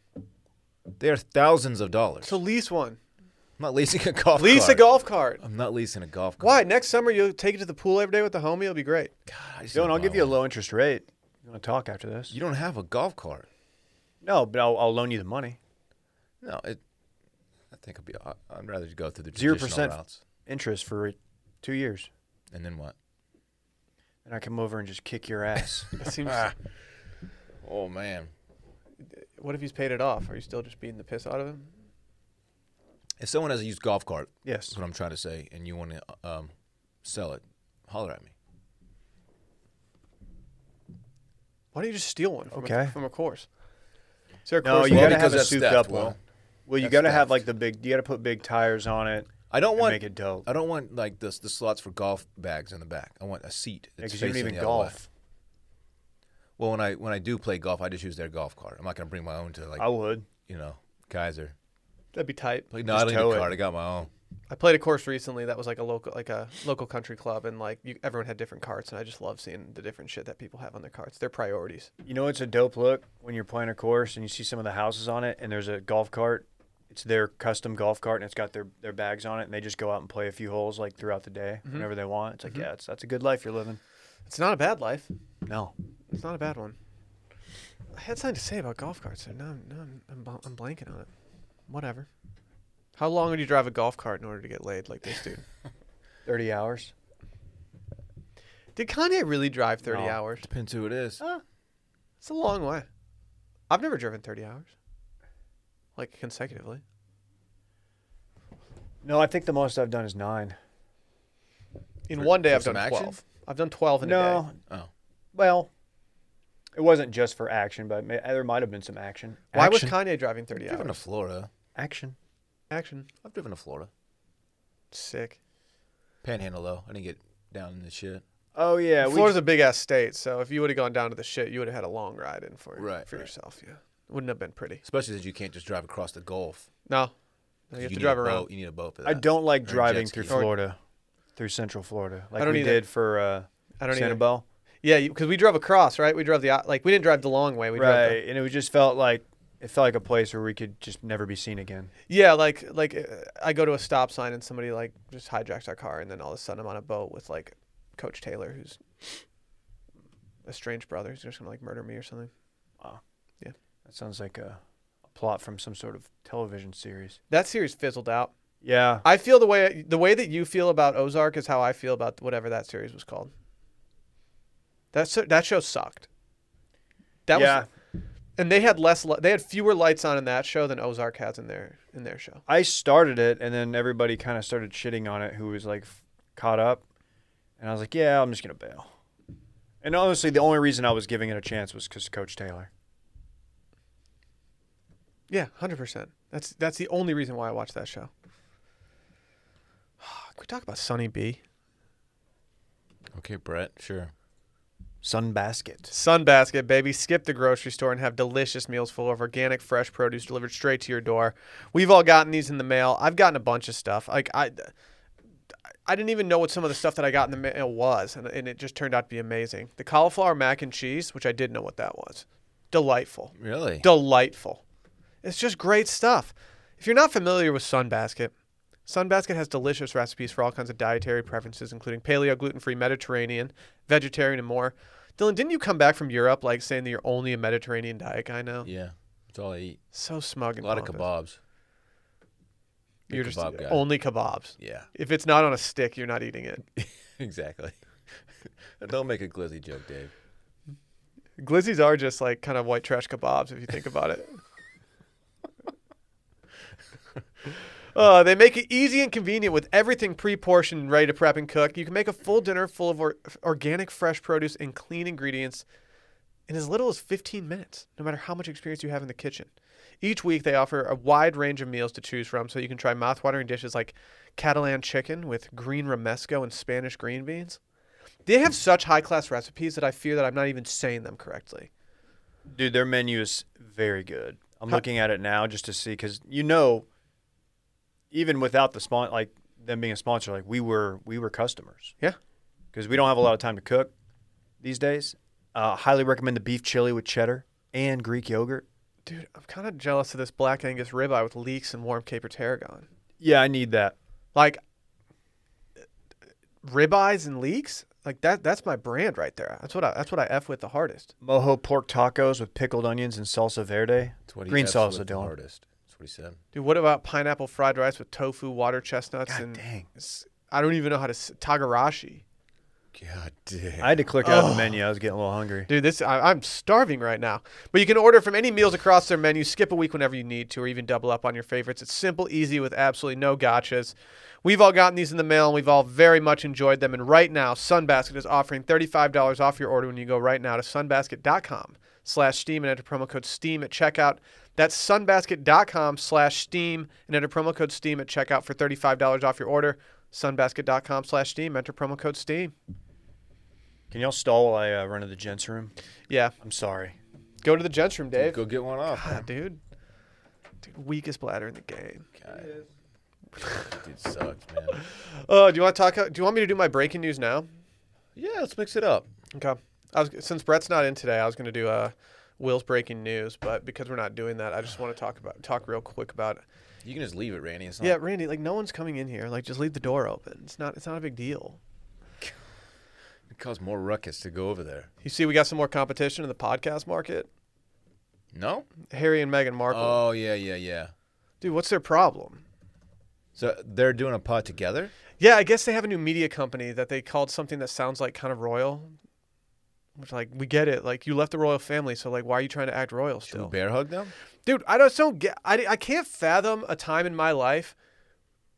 Speaker 3: They are thousands of dollars.
Speaker 1: So lease one.
Speaker 3: I'm not leasing a golf.
Speaker 1: Lease a
Speaker 3: cart.
Speaker 1: golf cart.
Speaker 3: I'm not leasing a golf cart.
Speaker 1: Why? Next summer you'll take it to the pool every day with the homie. It'll be great.
Speaker 3: I just need
Speaker 2: Dylan,
Speaker 3: to
Speaker 2: I'll
Speaker 3: buy
Speaker 2: give you a
Speaker 3: one.
Speaker 2: low interest rate. You want to talk after this?
Speaker 3: You don't have a golf cart.
Speaker 2: no, but I'll, I'll loan you the money.
Speaker 3: No, it. I think it'd be. I- I'd rather just go through the
Speaker 2: Zero
Speaker 3: traditional
Speaker 2: percent.
Speaker 3: routes.
Speaker 2: Interest for two years.
Speaker 3: And then what?
Speaker 2: And I come over and just kick your ass.
Speaker 1: It seems.
Speaker 3: Oh man,
Speaker 1: what if he's paid it off? Are you still just beating the piss out of him?
Speaker 3: If someone has a used golf cart,
Speaker 2: Yes.
Speaker 3: is what I'm trying to say, and you want to um, sell it, holler at me.
Speaker 1: Why don't you just steal one from,
Speaker 2: Okay.
Speaker 1: a, from a course? Is there a
Speaker 2: No,
Speaker 1: course
Speaker 2: you
Speaker 1: where-
Speaker 3: Well,
Speaker 2: gotta have
Speaker 3: because
Speaker 2: it
Speaker 3: that's
Speaker 2: souped
Speaker 3: theft,
Speaker 2: up.
Speaker 3: Will.
Speaker 2: Will. Well, you
Speaker 3: That's
Speaker 2: gotta have
Speaker 3: theft.
Speaker 2: like the big. You gotta put big tires on it.
Speaker 3: I don't
Speaker 2: and
Speaker 3: want
Speaker 2: make it dope.
Speaker 3: I don't want like the the slots for golf bags in the back. I want a seat. that's
Speaker 2: Because you don't
Speaker 3: facing
Speaker 2: even
Speaker 3: the other way.
Speaker 2: golf.
Speaker 3: Well, when I when I do play golf, I just use their golf cart. I'm not gonna bring my own to like
Speaker 2: I would.
Speaker 3: you know Kaiser.
Speaker 1: That'd be tight.
Speaker 3: Like, no, I don't need
Speaker 2: tow
Speaker 3: a
Speaker 2: it.
Speaker 3: cart. I got my own.
Speaker 1: I played a course recently that was like a local, like a local country club, and like you, everyone had different carts, and I just love seeing the different shit that people have on their carts. Their priorities.
Speaker 2: You know, it's a dope look when you're playing a course and you see some of the houses on it, and there's a golf cart. It's their custom golf cart, and it's got their, their bags on it, and they just go out and play a few holes like throughout the day
Speaker 1: Mm-hmm.
Speaker 2: whenever they want. It's like, yeah, it's, that's a good life you're living.
Speaker 1: It's not a bad life.
Speaker 2: No,
Speaker 1: It's not a bad one. I had something to say about golf carts. and Now, I'm- now I'm, I'm, bl- I'm blanking on it. Whatever. How long would you drive a golf cart in order to get laid like this dude?
Speaker 2: thirty hours.
Speaker 1: Did Kanye really drive 30
Speaker 2: No.
Speaker 1: hours?
Speaker 3: Depends who it is.
Speaker 2: Uh,
Speaker 1: It's a long way. I've never driven 30 hours. Like consecutively.
Speaker 2: No, I think the most I've done is nine.
Speaker 1: In one day,
Speaker 3: for
Speaker 1: I've done
Speaker 3: some action?
Speaker 1: 12. I've done 12 in a day.
Speaker 2: No,
Speaker 3: Oh,
Speaker 2: well, it wasn't just for action, but ma- there might have been some action.
Speaker 1: Why was
Speaker 2: Action.
Speaker 1: Kanye driving 30
Speaker 3: I've driven to
Speaker 1: hours?
Speaker 3: Florida.
Speaker 2: action?
Speaker 1: Action.
Speaker 3: I've driven to Florida.
Speaker 1: Sick.
Speaker 3: Panhandle though. I didn't get down in the shit.
Speaker 2: Oh yeah, we
Speaker 1: Florida's a big ass state, so if you would have gone down to the shit, you would have had a long ride in for,
Speaker 3: Right,
Speaker 1: for
Speaker 3: right.
Speaker 1: yourself. Yeah. Wouldn't have been pretty.
Speaker 3: Especially since you can't just drive across the Gulf.
Speaker 1: No. No, you have
Speaker 3: need
Speaker 1: to
Speaker 3: a
Speaker 1: drive
Speaker 3: boat-
Speaker 1: around.
Speaker 3: You need a boat for that.
Speaker 2: I don't like
Speaker 3: jet
Speaker 2: driving
Speaker 3: ski.
Speaker 2: through
Speaker 3: Or-
Speaker 2: Florida, through Central Florida, like
Speaker 1: don't
Speaker 2: we
Speaker 1: either.
Speaker 2: did for uh,
Speaker 1: I don't either.
Speaker 2: Sanibel.
Speaker 1: Yeah, because we drove across, right? We drove the out- like we didn't drive the long way. We Drove the,
Speaker 2: Right, and it was just felt like it felt like a place where we could just never be seen again.
Speaker 1: yeah, like like uh, I go to a stop sign and somebody like just hijacks our car, and then all of a sudden I'm on a boat with like Coach Taylor, who's a strange brother who's just gonna like murder me or something.
Speaker 2: That sounds like a, a plot from some sort of television series.
Speaker 1: That series fizzled out.
Speaker 2: Yeah,
Speaker 1: I feel the way the way that you feel about Ozark is how I feel about whatever that series was called. That se- that show sucked. That
Speaker 2: yeah.
Speaker 1: was and they had less li- they had fewer lights on in that show than Ozark has in their in their show.
Speaker 2: I started it, and then everybody kind of started shitting on it. Who was like f- caught up, and I was like, yeah, I'm just gonna bail. And honestly, the only reason I was giving it a chance was because Coach Taylor.
Speaker 1: Yeah, hundred percent. That's that's the only reason why I watch that show. Can we talk about Sunny B?
Speaker 3: Okay, Brett. Sure.
Speaker 2: Sunbasket.
Speaker 1: Sunbasket, baby. Skip the grocery store and have delicious meals full of organic, fresh produce delivered straight to your door. We've all gotten these in the mail. I've gotten a bunch of stuff. Like I, I didn't even know what some of the stuff that I got in the mail was, and, and it just turned out to be amazing. The cauliflower mac and cheese, which I did know what that was, delightful.
Speaker 3: Really?
Speaker 1: delightful. It's just great stuff. If you're not familiar with Sunbasket, Sunbasket has delicious recipes for all kinds of dietary preferences, including paleo, gluten free, Mediterranean, vegetarian, and more. Dylan, didn't you come back from Europe like saying that you're only a Mediterranean diet guy now?
Speaker 3: Yeah. That's all I eat.
Speaker 1: So smug
Speaker 3: A
Speaker 1: and
Speaker 3: lot of
Speaker 1: pompous.
Speaker 3: kebabs. Big
Speaker 1: You're just
Speaker 3: kebab guy.
Speaker 1: only kebabs.
Speaker 3: Yeah.
Speaker 1: If it's not on a stick, you're not eating it.
Speaker 3: Exactly. don't make a glizzy joke, Dave.
Speaker 1: Glizzies are just like kind of white trash kebabs if you think about it. Uh, they make it easy and convenient with everything pre-portioned and ready to prep and cook. You can make a full dinner full of or- organic, fresh produce and clean ingredients in as little as 15 minutes, no matter how much experience you have in the kitchen. Each week, they offer a wide range of meals to choose from, so you can try mouthwatering dishes like Catalan chicken with green romesco and Spanish green beans. They have such high class recipes that I fear that I'm not even saying them correctly.
Speaker 2: Dude, their menu is very good. I'm looking at it now just to see because you know, even without the spon like them being a sponsor, like we were we were customers
Speaker 1: Yeah.
Speaker 2: because we don't have a lot of time to cook these days. Uh, highly recommend the beef chili with cheddar and Greek yogurt.
Speaker 1: Dude, I'm kind of jealous of this Black Angus ribeye with leeks and warm caper tarragon.
Speaker 2: Yeah, I need that.
Speaker 1: Like, ribeyes and leeks? Like that that's my brand right there. That's what I that's what I F with the hardest.
Speaker 2: Mojo pork tacos with pickled onions and salsa verde.
Speaker 3: That's what he
Speaker 2: Green
Speaker 3: Fs
Speaker 2: salsa,
Speaker 3: with the
Speaker 2: Dylan.
Speaker 3: Hardest. That's what he said.
Speaker 1: Dude, what about pineapple fried rice with tofu, water chestnuts
Speaker 2: God
Speaker 1: and
Speaker 2: dang.
Speaker 1: s- I don't even know how to s- tagarashi.
Speaker 3: God damn.
Speaker 2: I had to click out the menu. I was getting a little hungry.
Speaker 1: Dude, this I, I'm starving right now. But you can order from any meals across their menu, skip a week whenever you need to, or even double up on your favorites. It's simple, easy, with absolutely no gotchas. We've all gotten these in the mail, and we've all very much enjoyed them. And right now, Sunbasket is offering $35 off your order when you go right now to sunbasket.com slash steam and enter promo code steam at checkout. That's sunbasket.com slash steam and enter promo code steam at checkout for $35 off your order. Sunbasket.com slash steam, enter promo code steam.
Speaker 2: Can y'all stall while I uh, run to the gents room?
Speaker 1: Yeah,
Speaker 2: I'm sorry.
Speaker 1: go to the gents room, Dave.
Speaker 3: Go get one off.
Speaker 1: God, dude. Dude, weakest bladder in the game.
Speaker 3: God. Dude sucks, man.
Speaker 1: Oh, do you want to talk? Do you want me to do my breaking news now?
Speaker 3: Yeah, let's mix it up.
Speaker 1: Okay. I was since Brett's not in today, I was going to do uh, Will's breaking news, but because we're not doing that, I just want to talk about talk real quick about.
Speaker 3: You can just leave it, Randy. It's not
Speaker 1: Yeah, Randy, like no one's coming in here. Like, just leave the door open. It's not. It's not a big deal.
Speaker 3: It cause more ruckus to go over there.
Speaker 1: You see, we got some more competition in the podcast market.
Speaker 3: No?
Speaker 1: Harry and Meghan Markle.
Speaker 3: Oh yeah, yeah, yeah.
Speaker 1: Dude, what's their problem?
Speaker 3: So they're doing a pod together.
Speaker 1: Yeah, I guess they have a new media company that they called something that sounds like kind of royal. Which, like, we get it. Like, you left the royal family, so like, why are you trying to act royal
Speaker 3: Should we
Speaker 1: still?
Speaker 3: bear hug them?
Speaker 1: dude i just don't get I, I can't fathom a time in my life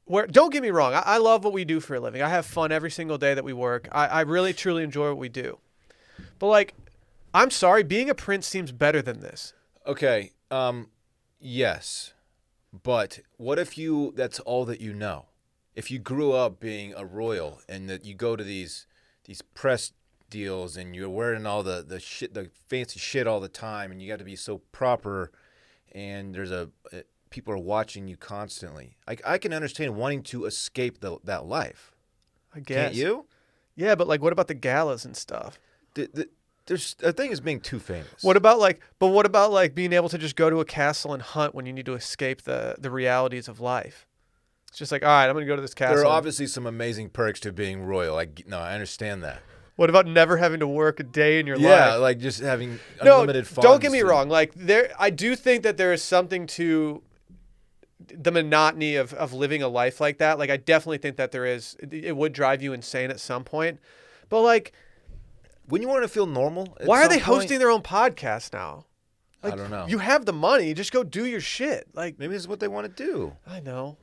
Speaker 1: where don't get me wrong I, I love what we do for a living i have fun every single day that we work I, I really truly enjoy what we do but like i'm sorry being a prince seems better than this
Speaker 3: Okay. Um, yes, but what if you? That's all that you know. If you grew up being a royal and that you go to these these press deals and you're wearing all the the shit the fancy shit all the time and you got to be so proper and there's a, uh people are watching you constantly. I I can understand wanting to escape the, that life.
Speaker 1: i guess
Speaker 3: Can't you?
Speaker 1: yeah but like what about the galas and stuff
Speaker 3: The, the, there's a thing is being too famous.
Speaker 1: what about like but what about like being able to just go to a castle and hunt when you need to escape the the realities of life it's just like all right i'm gonna go to this castle
Speaker 3: There are obviously some amazing perks to being royal. I g- no, I understand that.
Speaker 1: what about never having to work a day in your life
Speaker 3: Yeah, like just having unlimited funds.
Speaker 1: Don't get me
Speaker 3: to-
Speaker 1: wrong. Like there, I do think that there is something to the monotony of, of living a life like that. Like I definitely think that there is. It, it would drive you insane at some point. But like,
Speaker 3: When you want to feel normal, at
Speaker 1: why are
Speaker 3: some
Speaker 1: they
Speaker 3: point-
Speaker 1: hosting their own podcast now?
Speaker 3: I
Speaker 1: Like,
Speaker 3: don't know.
Speaker 1: You have the money. Just go do your shit. Like
Speaker 3: Maybe this is what they want to do.
Speaker 1: I know.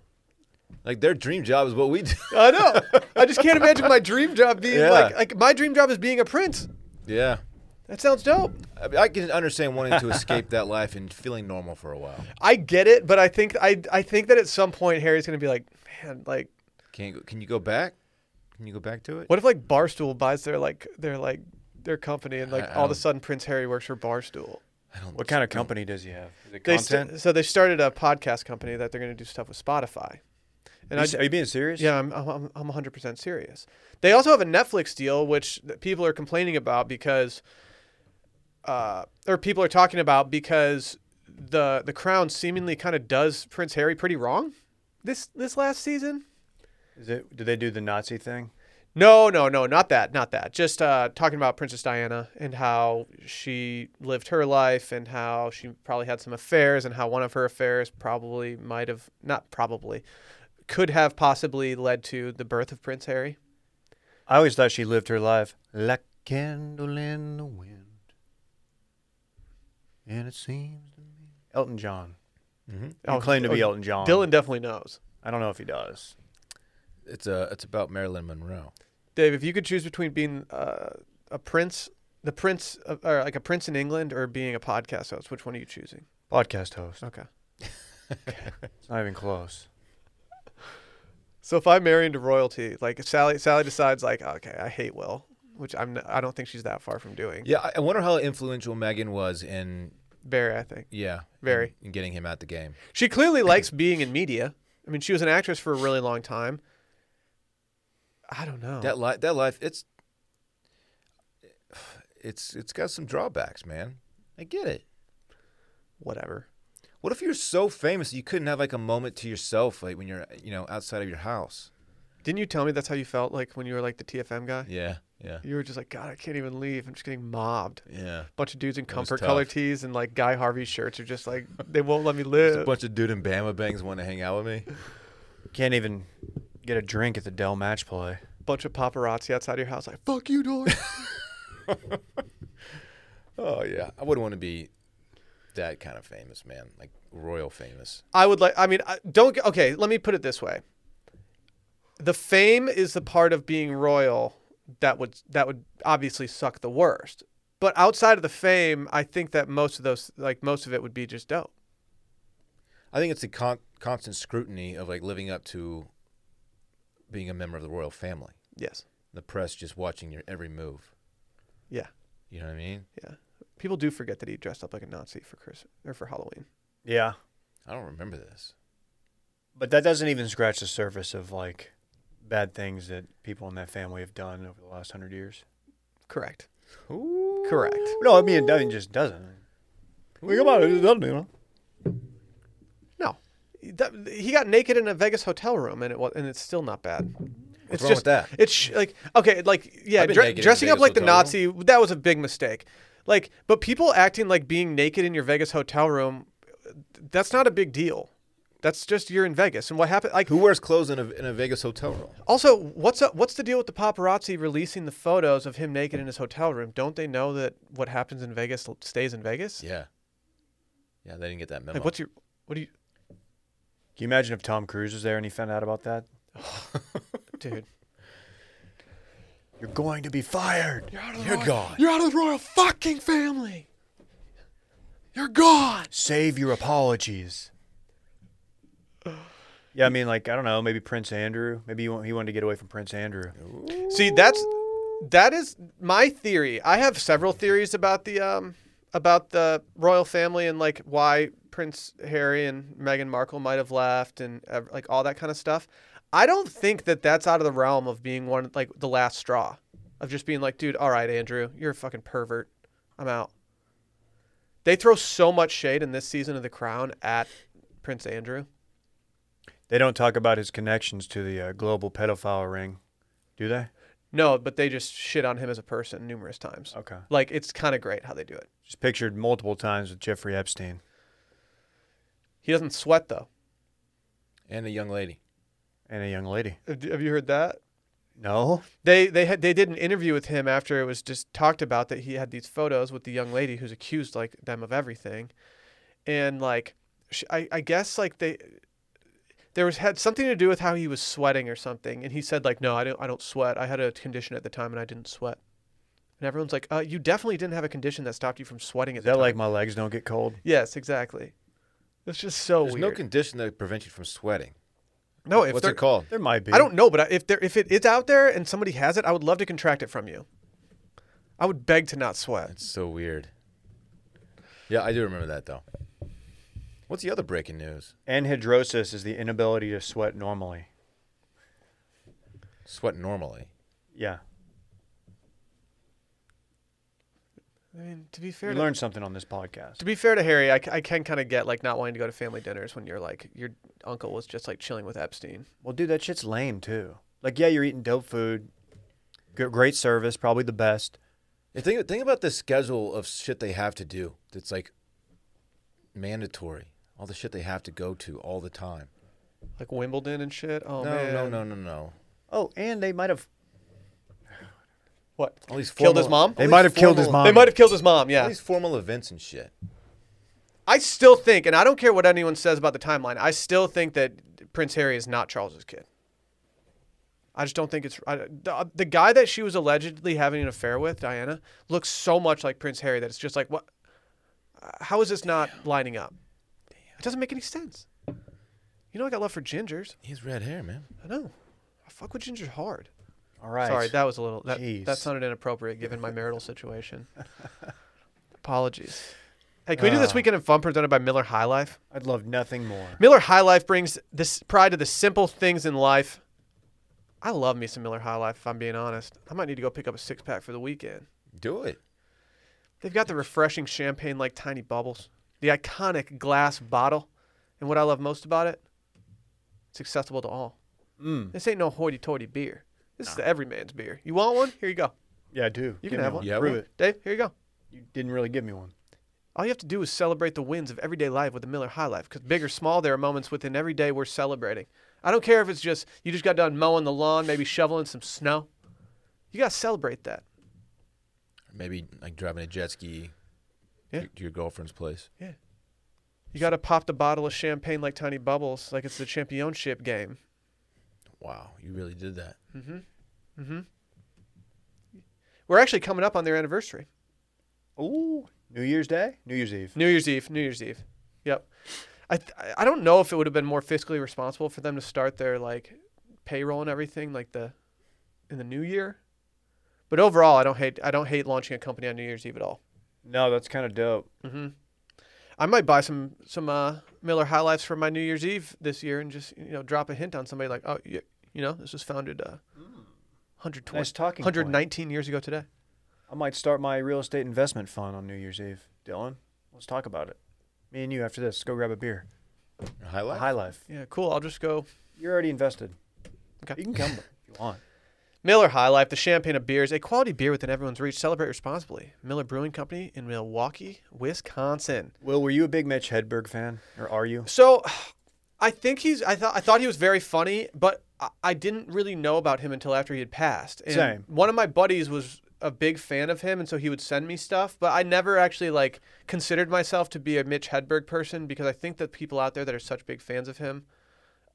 Speaker 3: Like their dream job is what we do.
Speaker 1: I know. I just can't imagine my dream job being
Speaker 3: Yeah.
Speaker 1: like like my dream job is being a prince.
Speaker 3: yeah,
Speaker 1: That sounds dope.
Speaker 3: I, mean, I can understand wanting to escape that life and feeling normal for a while.
Speaker 1: I get it, but I think I I think that at some point Harry's gonna be like, man, like
Speaker 3: Can you, can you go back? Can you go back to it?
Speaker 1: What if like Barstool buys their like their like their company and like
Speaker 3: I- I
Speaker 1: all of a
Speaker 3: don't-
Speaker 1: sudden Prince Harry works for Barstool?
Speaker 3: Oh,
Speaker 2: What kind of company does he have? Is it
Speaker 1: They st-
Speaker 2: content?
Speaker 1: so they started a podcast company that they're going to do stuff with Spotify. And
Speaker 2: Are
Speaker 1: I,
Speaker 2: you- are you being serious?
Speaker 1: yeah, I'm, I'm I'm 100% serious. They also have a Netflix deal which that people are complaining about because uh or people are talking about because the the crown seemingly kind of does Prince Harry pretty wrong this this last season.
Speaker 2: Is it? Did they do the Nazi thing?
Speaker 1: No, no, no, not that, not that. Just uh, talking about Princess Diana and how she lived her life and how she probably had some affairs and how one of her affairs probably might have, not probably, could have possibly led to the birth of Prince Harry.
Speaker 2: I always thought she lived her life like a candle in the wind. And it seems to me. Elton John. Mm-hmm.
Speaker 1: Oh,
Speaker 2: He claimed to be
Speaker 1: oh,
Speaker 2: Elton John.
Speaker 1: Dylan definitely knows.
Speaker 2: I don't know if he does.
Speaker 3: It's a it's about Marilyn Monroe.
Speaker 1: Dave, if you could choose between being uh, a prince, the prince, of, or like a prince in England or being a podcast host, which one are you choosing?
Speaker 2: Podcast host.
Speaker 1: Okay.
Speaker 2: It's not even close.
Speaker 1: So if I marry into royalty, like if Sally, Sally decides like, okay, I hate Will, which I'm, n- I don't think she's that far from doing.
Speaker 3: Yeah, I, I wonder how influential Megan was in
Speaker 1: Very, I think.
Speaker 3: yeah
Speaker 1: Very.
Speaker 3: in, in getting him out the game.
Speaker 1: She clearly likes being in media. I mean, she was an actress for a really long time. I don't know.
Speaker 3: That life that life it's it's it's got some drawbacks, man. I get it.
Speaker 1: Whatever.
Speaker 3: What if you're so famous that you couldn't have like a moment to yourself, like when you're you know outside of your house?
Speaker 1: Didn't you tell me that's how you felt like when you were like the TFM guy?
Speaker 3: Yeah, yeah,
Speaker 1: You were just like, God, I can't even leave. I'm just getting mobbed.
Speaker 3: yeah.
Speaker 1: Bunch of dudes in
Speaker 3: was
Speaker 1: comfort
Speaker 3: tough.
Speaker 1: color tees and like Guy Harvey shirts are just like they won't let me
Speaker 3: A
Speaker 1: live.
Speaker 3: bunch of dude in Bama bangs want to hang out with me.
Speaker 2: Can't even get a drink at the Dell match play.
Speaker 1: bunch of paparazzi outside your house, like "fuck you, dog."
Speaker 3: Oh yeah, I wouldn't want to be that kind of famous, man. Like royal famous.
Speaker 1: I would like. I mean, I- don't. get- Okay, let me put it this way. The fame is the part of being royal that would that would obviously suck the worst. But outside of the fame, I think that most of those, like most of it, would be just dope.
Speaker 3: I think it's the con- constant scrutiny of like living up to being a member of the royal family.
Speaker 1: Yes.
Speaker 3: The press just watching your every move.
Speaker 1: Yeah.
Speaker 3: You know what I mean?
Speaker 1: Yeah. People do forget that he dressed up like a Nazi for Christmas or for Halloween.
Speaker 2: Yeah.
Speaker 3: I don't remember this.
Speaker 2: But that doesn't even scratch the surface of like bad things that people in that family have done over the last hundred years.
Speaker 1: Correct.
Speaker 3: Ooh.
Speaker 1: Correct.
Speaker 2: No, I mean it doesn't just doesn't. Think about it, it doesn't, you know.
Speaker 1: No. That, he got naked in a Vegas hotel room, and it was, and it's still not bad. it's
Speaker 3: wrong with
Speaker 1: just
Speaker 3: that?
Speaker 1: It's sh- like okay, like yeah,
Speaker 3: I've been
Speaker 1: dre-
Speaker 3: naked in a
Speaker 1: dressing up
Speaker 3: Vegas
Speaker 1: like the
Speaker 3: hotel
Speaker 1: Nazi that was a big mistake. Like, but people acting like being naked in your Vegas hotel room, that's not a big deal. That's just you're in Vegas, and what happened? Like,
Speaker 3: Who wears clothes in a, in a Vegas hotel room?
Speaker 1: also, what's up? What's the deal with the paparazzi releasing the photos of him naked in his hotel room? Don't they know that what happens in Vegas l- stays in Vegas?
Speaker 3: Yeah. Yeah, they didn't get that memo.
Speaker 1: Like, what's your what do you,
Speaker 2: Can you imagine if Tom Cruise was there and he found out about that?
Speaker 1: dude?
Speaker 2: You're going to be fired.
Speaker 3: You're gone.
Speaker 1: You're out of the royal fucking family. You're gone.
Speaker 2: Save your apologies. Yeah, I mean, like I don't know, maybe Prince Andrew. Maybe he wa- he wanted to get away from Prince Andrew.
Speaker 1: See, that's that is my theory. I have several theories about the um about the royal family and like why Prince Harry and Meghan Markle might have left and ev- like all that kind of stuff. I don't think that that's out of the realm of being one like the last straw of just being like, dude, all right, Andrew, you're a fucking pervert. I'm out. They throw so much shade in this season of The Crown at Prince Andrew.
Speaker 2: They don't talk about his connections to the uh, global pedophile ring, do they?
Speaker 1: No, but they just shit on him as a person numerous times.
Speaker 2: Okay.
Speaker 1: Like it's kind of great how they do it.
Speaker 2: Just pictured multiple times with Jeffrey Epstein.
Speaker 1: He doesn't sweat though.
Speaker 3: And a young lady.
Speaker 2: and a young lady.
Speaker 1: Uh, Have have you heard that?
Speaker 2: No,
Speaker 1: They they had they did an interview with him after it was just talked about that he had these photos with the young lady who's accused like them of everything, and like sh I I guess like they there was had something to do with how he was sweating or something, and he said like no I don't I don't sweat I had a condition at the time and I didn't sweat, and everyone's like uh you definitely didn't have a condition that stopped you from sweating at
Speaker 2: is
Speaker 1: the
Speaker 2: that
Speaker 1: time."
Speaker 2: like my legs don't get cold?
Speaker 1: yes exactly. It's just so
Speaker 3: There's
Speaker 1: weird.
Speaker 3: no condition that prevents you from sweating.
Speaker 1: No, if
Speaker 3: What's
Speaker 1: they're-
Speaker 3: it called?
Speaker 2: There might be.
Speaker 1: I don't know, but I- if there if it is out there and somebody has it, I would love to contract it from you. I would beg to not sweat.
Speaker 3: It's so weird. Yeah, I do remember that though. What's the other breaking news?
Speaker 2: Anhidrosis is the inability to sweat normally.
Speaker 3: Sweat normally.
Speaker 2: Yeah,
Speaker 1: I mean, to be
Speaker 2: we
Speaker 1: fair, to,
Speaker 2: learned something on this podcast.
Speaker 1: to be fair to Harry, I, c- I can kind of get like not wanting to go to family dinners when you're like your uncle was just like chilling with Epstein.
Speaker 2: Well, dude, that shit's lame too. Like, yeah, you're eating dope food, good, great service, probably the best.
Speaker 3: Yeah, Think, think about the schedule of shit they have to do. That's like mandatory. All the shit they have to go to all the time.
Speaker 1: Like Wimbledon and shit. Oh
Speaker 3: no,
Speaker 1: man.
Speaker 3: no, no, no, no.
Speaker 2: Oh, and they might have
Speaker 1: What?
Speaker 3: All these
Speaker 1: Killed his
Speaker 3: formal-
Speaker 1: mom?
Speaker 3: all
Speaker 2: They
Speaker 3: these
Speaker 2: might have killed his
Speaker 3: formal-
Speaker 2: mom.
Speaker 1: They might have killed his mom,
Speaker 3: All
Speaker 1: yeah.
Speaker 3: these formal events and shit.
Speaker 1: I still think, and I don't care what anyone says about the timeline, I still think that Prince Harry is not Charles's kid. I just don't think it's I, the, uh, the guy that she was allegedly having an affair with, Diana, looks so much like Prince Harry that it's just like what? uh, How is this not lining up? It doesn't make any sense. You know, I got love for gingers.
Speaker 3: He has red hair, man.
Speaker 1: I know. I fuck with gingers hard.
Speaker 2: All right.
Speaker 1: Sorry, that was a little that that
Speaker 2: Jeez.
Speaker 1: sounded inappropriate given my marital situation. Apologies. Hey, can we do
Speaker 2: Uh.
Speaker 1: this weekend in fun presented by Miller High Life?
Speaker 2: I'd love nothing more.
Speaker 1: Miller High Life brings this pride to the simple things in life. I love me some Miller High Life, if I'm being honest. I might need to go pick up a six pack for the weekend.
Speaker 3: Do it.
Speaker 1: They've got the refreshing champagne like tiny bubbles, the iconic glass bottle, and what I love most about it, it's accessible to all. This ain't no hoity toity beer. This is the everyman's beer. You want one? Here you go.
Speaker 2: Yeah, I do.
Speaker 1: You
Speaker 2: Give
Speaker 1: can
Speaker 2: me
Speaker 1: have one.
Speaker 3: Yeah,
Speaker 2: Prove
Speaker 3: well-
Speaker 2: it.
Speaker 1: Dave, here you go.
Speaker 2: You didn't really give me one.
Speaker 1: All you have to do is celebrate the wins of everyday life with the Miller High Life, because big or small, there are moments within every day we're celebrating. I don't care if it's just you just got done mowing the lawn, maybe shoveling some snow. You gotta celebrate that.
Speaker 3: Maybe like driving a jet ski
Speaker 1: Yeah.
Speaker 3: to- to your girlfriend's place.
Speaker 1: You gotta pop the bottle of champagne like tiny bubbles, like it's the championship game.
Speaker 3: Wow, you really did that.
Speaker 1: We're actually coming up on their anniversary.
Speaker 2: Ooh, New Year's Day, New Year's Eve.
Speaker 1: New Year's Eve, New Year's Eve. Yep. I th- I don't know if it would have been more fiscally responsible for them to start their like payroll and everything like the in the new year. But overall, I don't hate I don't hate launching a company on New Year's Eve at all.
Speaker 2: No, that's kind of dope.
Speaker 1: I might buy some some uh, Miller High Lifes for my New Year's Eve this year and just you know drop a hint on somebody like oh you, you know this was founded uh, 120
Speaker 2: Hmm. Nice talking point.
Speaker 1: 119 years ago today.
Speaker 2: I might start my real estate investment fund on New Year's Eve. Dylan, let's talk about it. Me and you after this. Go grab a beer.
Speaker 3: Highlight.
Speaker 2: High life.
Speaker 1: Yeah, cool. I'll just go
Speaker 2: You're already invested.
Speaker 1: Okay.
Speaker 2: You can come if you want.
Speaker 1: Miller High Life, the champagne of beers, a quality beer within everyone's reach. Celebrate responsibly. Miller Brewing Company in Milwaukee, Wisconsin.
Speaker 2: Will, were you a big Mitch Hedberg fan, or are you?
Speaker 1: So, I think he's. I thought I thought he was very funny, but I, I didn't really know about him until after he had passed. And
Speaker 2: Same.
Speaker 1: One of my buddies was a big fan of him, and so he would send me stuff. But I never actually like considered myself to be a Mitch Hedberg person because I think that people out there that are such big fans of him,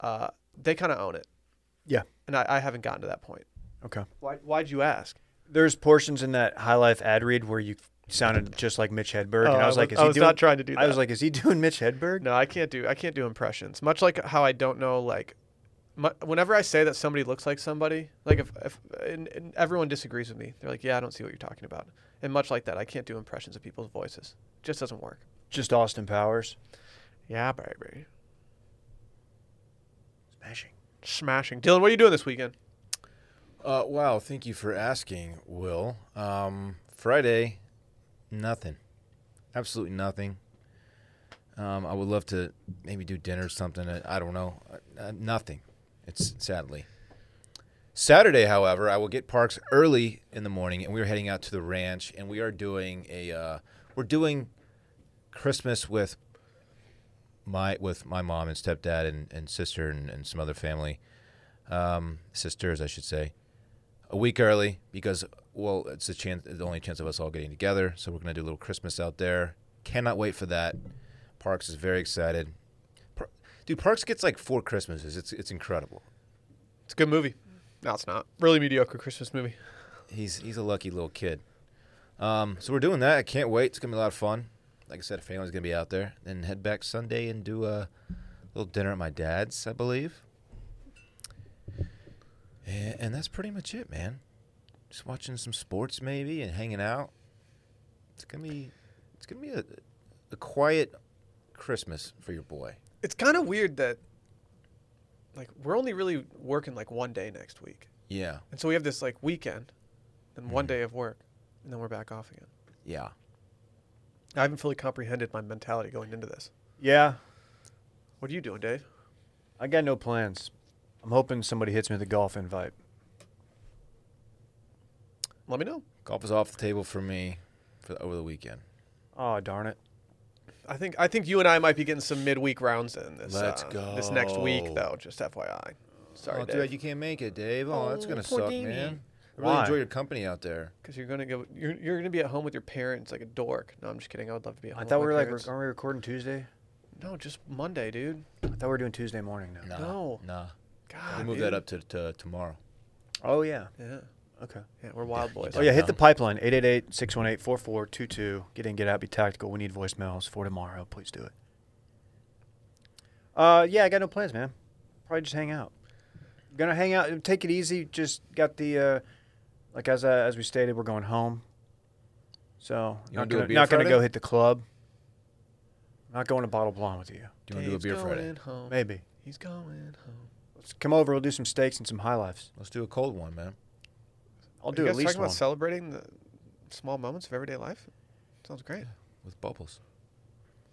Speaker 1: uh, they kind of own it,
Speaker 2: Yeah.
Speaker 1: and I, I haven't gotten to that point.
Speaker 2: Okay.
Speaker 1: Why, why'd you ask?
Speaker 2: There's portions in that High Life ad read where you sounded just like Mitch Hedberg,
Speaker 1: Oh,
Speaker 2: and I
Speaker 1: I
Speaker 2: was like,
Speaker 1: was-
Speaker 2: is
Speaker 1: I
Speaker 2: he
Speaker 1: was
Speaker 2: doing-
Speaker 1: not trying to do
Speaker 2: I was
Speaker 1: that.
Speaker 2: like, is he doing Mitch Hedberg?
Speaker 1: No, I can't do I can't do impressions. Much like how I don't know like mu whenever I say that somebody looks like somebody, like if, if and, and everyone disagrees with me, they're like, "Yeah, I don't see what you're talking about." And much like that, I can't do impressions of people's voices. Just doesn't work.
Speaker 2: Just Austin Powers.
Speaker 1: Yeah, baby.
Speaker 2: Smashing.
Speaker 1: Smashing. Dylan, what are you doing this weekend?
Speaker 3: Uh, wow, thank you for asking, Will. Um, Friday, nothing. Absolutely nothing. Um, I would love to maybe do dinner or something. I, I don't know. Uh, nothing. It's sadly. Saturday, however, I will get parks early in the morning, and we are heading out to the ranch, and we are doing a uh, we're doing Christmas with my with my mom and stepdad and, and sister and, and some other family um, sisters, I should say a week early because well it's a chance the only chance of us all getting together so we're going to do a little christmas out there cannot wait for that parks is very excited Par- dude parks gets like four christmases it's it's incredible
Speaker 1: It's a good movie. No, it's not. Really mediocre Christmas movie.
Speaker 3: he's he's a lucky little kid um so we're doing that i can't wait it's going to be a lot of fun like i said family's going to be out there then head back sunday and do a little dinner at my dad's i believe and, and that's pretty much it man just watching some sports maybe and hanging out. It's gonna be it's gonna be a, a quiet Christmas for your boy.
Speaker 1: It's kind of weird that like we're only really working like one day next week.
Speaker 3: Yeah,
Speaker 1: And so we have this like weekend and
Speaker 3: Mm-hmm.
Speaker 1: one day of work and then we're back off again.
Speaker 3: yeah.
Speaker 1: I haven't fully comprehended my mentality going into this.
Speaker 2: Yeah,
Speaker 1: What are you doing, Dave?
Speaker 2: I got no plans. I'm hoping somebody hits me with a golf invite.
Speaker 1: Let me know.
Speaker 3: Golf is off the table for me for the, over the weekend.
Speaker 2: Oh, darn it.
Speaker 1: I think I think you and I might be getting some midweek rounds in this.
Speaker 3: Let's
Speaker 1: uh, This next week,
Speaker 3: go.
Speaker 1: though, just FYI. Sorry,
Speaker 3: oh,
Speaker 1: Dave,
Speaker 3: dude, you can't make it, Dave. Oh, that's gonna
Speaker 2: poor
Speaker 3: suck,
Speaker 2: Davey.
Speaker 3: man. I really
Speaker 2: Why?
Speaker 3: enjoy your company out there.
Speaker 1: because you're gonna go. You're, you're gonna be at home with your parents like a dork. No, I'm just kidding. I would love to be at
Speaker 2: I
Speaker 1: home.
Speaker 2: thought we
Speaker 1: with
Speaker 2: were
Speaker 1: my
Speaker 2: like,
Speaker 1: parents.
Speaker 2: aren't we recording Tuesday?
Speaker 1: no, just Monday, dude.
Speaker 2: I thought we were doing Tuesday morning now.
Speaker 3: Nah,
Speaker 1: No.
Speaker 3: nah.
Speaker 1: God,
Speaker 3: We move
Speaker 1: dude.
Speaker 3: that up to, to tomorrow.
Speaker 2: Oh, yeah.
Speaker 1: Yeah,
Speaker 2: Okay.
Speaker 1: yeah, we're wild boys.
Speaker 2: Oh, yeah. Hit the pipeline 888 618 4422. Get in, get out, be tactical. We need voicemails for tomorrow. Please do it. Uh, yeah, I got no plans, man. Probably just hang out. Gonna hang out, take it easy. Just got the, uh, like as uh, as we stated, we're going home. So
Speaker 3: You wanna
Speaker 2: not
Speaker 3: do a
Speaker 2: gonna,
Speaker 3: beer
Speaker 2: not gonna
Speaker 3: Friday?
Speaker 2: go hit the club. Not going to bottle blonde with you.
Speaker 3: Do you want to do a
Speaker 1: Dave's
Speaker 3: beer
Speaker 1: going
Speaker 3: Friday?
Speaker 1: Home.
Speaker 2: Maybe.
Speaker 1: He's going home.
Speaker 2: Let's come over. We'll do some steaks and some high lifes.
Speaker 3: Let's do a cold one, man.
Speaker 2: I'll
Speaker 1: Are
Speaker 2: do
Speaker 1: you
Speaker 2: at
Speaker 1: guys
Speaker 2: least
Speaker 1: talking
Speaker 2: one.
Speaker 1: about celebrating the small moments of everyday life. Sounds great.
Speaker 3: With bubbles.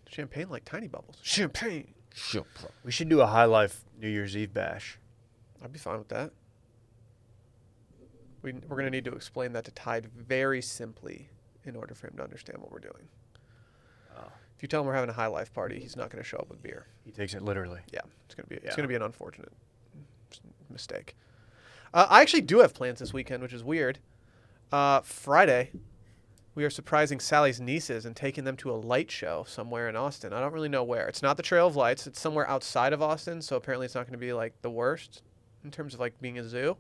Speaker 1: Champagne like tiny bubbles. Champagne.
Speaker 3: Sure.
Speaker 2: we should do a high life New Year's Eve bash.
Speaker 1: I'd be fine with that. We, we're going to need to explain that to Tide very simply in order for him to understand what we're doing. If you tell him we're having a high life party, he's not going to show up with beer.
Speaker 2: He takes it literally.
Speaker 1: Yeah, it's going to be it's
Speaker 2: Yeah.
Speaker 1: going to be an unfortunate mistake. Uh, I actually do have plans this weekend, which is weird. Uh, Friday, we are surprising Sally's nieces and taking them to a light show somewhere in Austin. I don't really know where. It's not the Trail of Lights. It's somewhere outside of Austin, so apparently it's not going to be like the worst in terms of like being a zoo.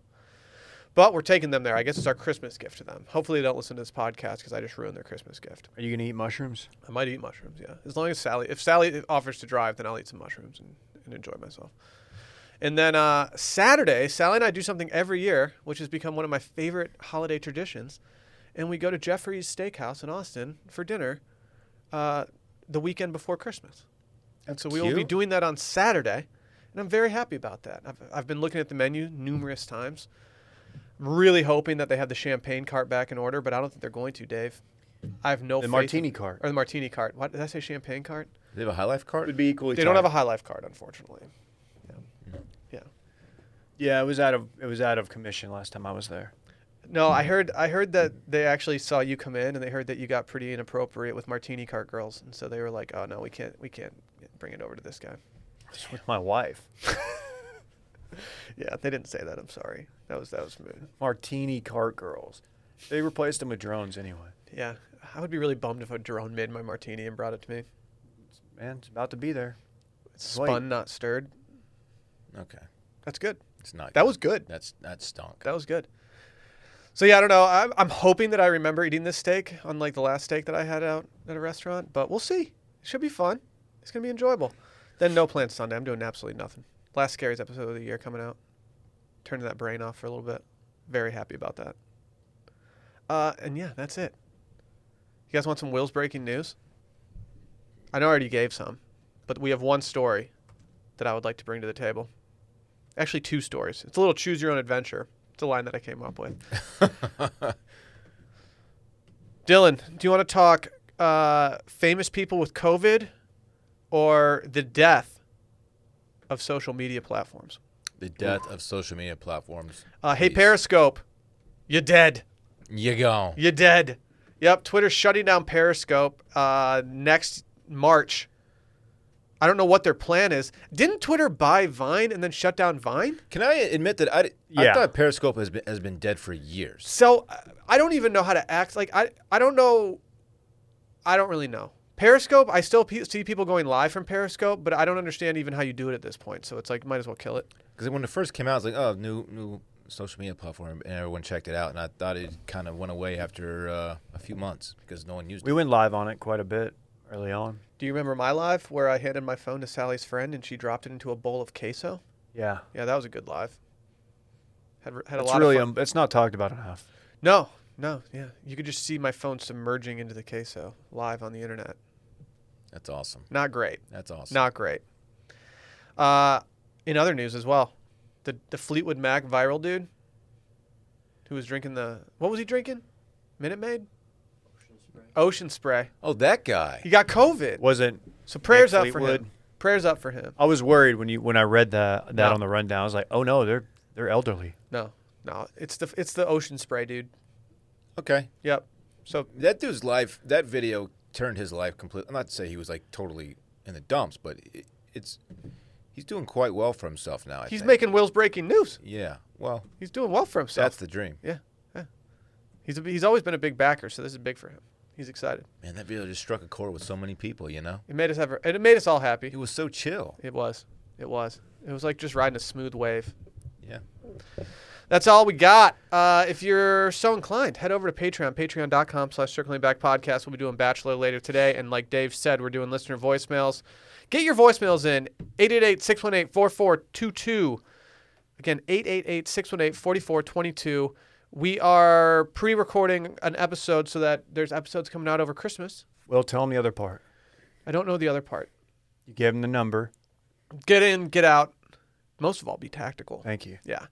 Speaker 1: But we're taking them there. I guess it's our Christmas gift to them. Hopefully, they don't listen to this podcast because I just ruined their Christmas gift.
Speaker 2: Are you gonna eat mushrooms?
Speaker 1: I might eat mushrooms, yeah. As long as Sally, if Sally offers to drive, then I'll eat some mushrooms and, and enjoy myself. And then uh, Saturday, Sally and I do something every year, which has become one of my favorite holiday traditions. And we go to Jeffrey's Steakhouse in Austin for dinner uh, the weekend before Christmas. And so we will be
Speaker 3: cute.
Speaker 1: doing that on Saturday. And I'm very happy about that. I've, I've been looking at the menu numerous times. I'm really hoping that they have the champagne cart back in order, but I don't think they're going to, Dave. I have no
Speaker 2: The
Speaker 1: faith-
Speaker 2: martini cart.
Speaker 1: or the martini cart. What did I say? Champagne cart?
Speaker 3: They have a high life card.
Speaker 2: Would be equally.
Speaker 1: They don't have a high life card, unfortunately. Yeah. yeah.
Speaker 2: Yeah, it was out of it was out of commission last time I was there.
Speaker 1: No, I heard. I heard that they actually saw you come in, and they heard that you got pretty inappropriate with martini cart girls, and so they were like, "Oh no, we can't. We can't bring it over to this guy."
Speaker 2: It's with my wife.
Speaker 1: Yeah, they didn't say that. I'm sorry. That was that was mood.
Speaker 2: Martini cart girls. They replaced them with drones anyway.
Speaker 1: Yeah, I would be really bummed if a drone made my martini and brought it to me.
Speaker 2: Man, it's about to be there.
Speaker 1: It's
Speaker 2: Right.
Speaker 1: spun, not stirred.
Speaker 3: Okay,
Speaker 1: That's good.
Speaker 3: it's not.
Speaker 1: That
Speaker 3: good.
Speaker 1: was good.
Speaker 3: That's that stunk.
Speaker 1: That was good. So yeah, I don't know. I'm, I'm hoping that I remember eating this steak, unlike the last steak that I had out at a restaurant. But we'll see. It should be fun. It's gonna be enjoyable. Then no plans Sunday. I'm doing absolutely nothing. Last scaries episode of the year coming out. Turning that brain off for a little bit. Very happy about that. Uh, and yeah, that's it. You guys want some Will's breaking news? I know I already gave some, but we have one story that I would like to bring to the table. Actually, two stories. It's a little choose your own adventure. It's a line that I came up with. Dylan, do you want to talk uh, famous people with COVID or the death of social media platforms?
Speaker 3: The death of social media platforms.
Speaker 1: Uh, hey,
Speaker 3: Please.
Speaker 1: Periscope, you're dead.
Speaker 3: You go.
Speaker 1: You're dead. Yep, Twitter's shutting down Periscope uh, next March. I don't know what their plan is. Didn't Twitter buy Vine and then shut down Vine?
Speaker 3: Can I admit that I, d- I
Speaker 2: Yeah.
Speaker 3: thought Periscope has been has been dead for years.
Speaker 1: So I- I don't even know how to act. Like I, I don't know. I don't really know. Periscope. I still pe- see people going live from Periscope, but I don't understand even how you do it at this point. So it's like might as well kill it.
Speaker 3: Because when it first came out, it was like, oh, new new social media platform, and everyone checked it out, and I thought it kind of went away after uh, a few months because no one used
Speaker 2: We went live on it quite a bit early on.
Speaker 1: Do you remember my live where I handed my phone to Sally's friend and she dropped it into a bowl of queso?
Speaker 2: Yeah,
Speaker 1: Yeah, that was a good live. Had had a
Speaker 2: it's
Speaker 1: lot
Speaker 2: really
Speaker 1: of fun.
Speaker 2: um, it's not talked about enough.
Speaker 1: no, no, yeah. You could just see my phone submerging into the queso live on the internet.
Speaker 3: it. That's awesome.
Speaker 1: Not great.
Speaker 3: That's awesome.
Speaker 1: Not great. Uh, in other news as well, the the Fleetwood Mac viral dude who was drinking the what was he drinking? Minute Maid. Ocean spray.
Speaker 3: Oh, that guy.
Speaker 1: He got COVID.
Speaker 2: Was it?
Speaker 1: So prayers up for
Speaker 2: Fleetwood.
Speaker 1: him. Prayers up for him.
Speaker 2: I was worried when you when I read that that
Speaker 1: No.
Speaker 2: on the rundown. I was like, oh no, they're they're elderly.
Speaker 1: No, no, it's the it's the Ocean spray dude.
Speaker 3: Okay,
Speaker 1: Yep. So
Speaker 3: that dude's life. That video turned his life completely. I'm not to say he was like totally in the dumps, but it, it's he's doing quite well for himself now. I
Speaker 1: he's
Speaker 3: think.
Speaker 1: making Will's breaking news.
Speaker 3: Yeah. Well,
Speaker 1: He's doing well for himself.
Speaker 3: that's the dream.
Speaker 1: yeah, yeah. He's a, he's always been a big backer, so this is big for him. He's excited.
Speaker 3: Man, that video just struck a chord with so many people. You know,
Speaker 1: It made us ever. It made us all happy.
Speaker 3: it was so chill.
Speaker 1: It was. It was. It was like just riding a smooth wave.
Speaker 3: Yeah.
Speaker 1: That's all we got. Uh, if you're so inclined, head over to Patreon, patreon.com slash circling back podcast. We'll be doing Bachelor later today. And like Dave said, we're doing listener voicemails. Get your voicemails in 888 618 4422. Again, 888 618 4422. We are pre recording an episode so that there's episodes coming out over Christmas.
Speaker 2: Well, tell them the other part.
Speaker 1: I don't know the other part.
Speaker 2: You gave them the number.
Speaker 1: Get in, get out. Most of all, be tactical.
Speaker 2: Thank you.
Speaker 1: Yeah,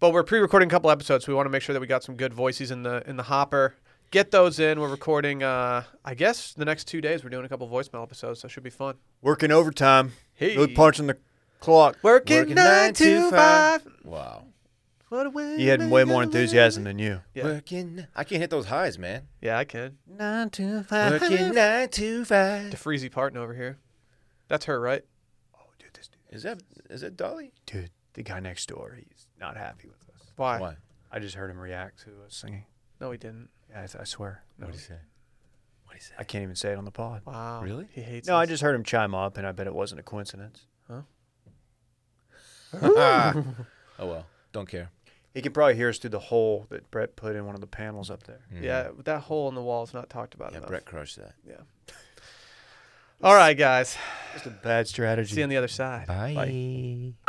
Speaker 1: but we're pre-recording a couple episodes. So we want to make sure that we got some good voices in the in the hopper. Get those in. We're recording. Uh, I guess the next two days we're doing a couple voicemail episodes, so it should be fun.
Speaker 2: Working overtime.
Speaker 1: Hey.
Speaker 2: Really punching the clock.
Speaker 1: Working,
Speaker 3: Working
Speaker 1: nine,
Speaker 3: nine
Speaker 1: to
Speaker 3: to
Speaker 1: five.
Speaker 3: five. Wow.
Speaker 1: What a way.
Speaker 2: You had way more enthusiasm than you.
Speaker 1: Yeah.
Speaker 3: Working. I can't hit those highs, man.
Speaker 1: Yeah, I can.
Speaker 2: Nine to
Speaker 3: Working nine to five.
Speaker 1: DeFreezy Parton over here. That's her, right?
Speaker 3: Is that is that Dolly?
Speaker 2: Dude, the guy next door, he's not happy with us.
Speaker 1: Why?
Speaker 3: Why?
Speaker 2: I just heard him react to us singing.
Speaker 1: No, he didn't.
Speaker 2: Yeah, I, I swear. No,
Speaker 3: What do you say? What do you
Speaker 2: I
Speaker 3: say?
Speaker 2: can't even say it on the pod.
Speaker 1: Wow.
Speaker 3: Really?
Speaker 1: He hates.
Speaker 2: No, I
Speaker 1: us.
Speaker 2: just heard him chime up, and I bet it wasn't a coincidence.
Speaker 3: Oh well, don't care.
Speaker 2: He could probably hear us through the hole that Brett put in one of the panels up there.
Speaker 3: Hmm.
Speaker 1: Yeah, that hole in the wall is not talked about
Speaker 3: Yeah,
Speaker 1: enough.
Speaker 3: Brett crushed that.
Speaker 1: Yeah. All right, guys.
Speaker 2: Just a bad strategy.
Speaker 1: See you on the other side.
Speaker 3: Bye.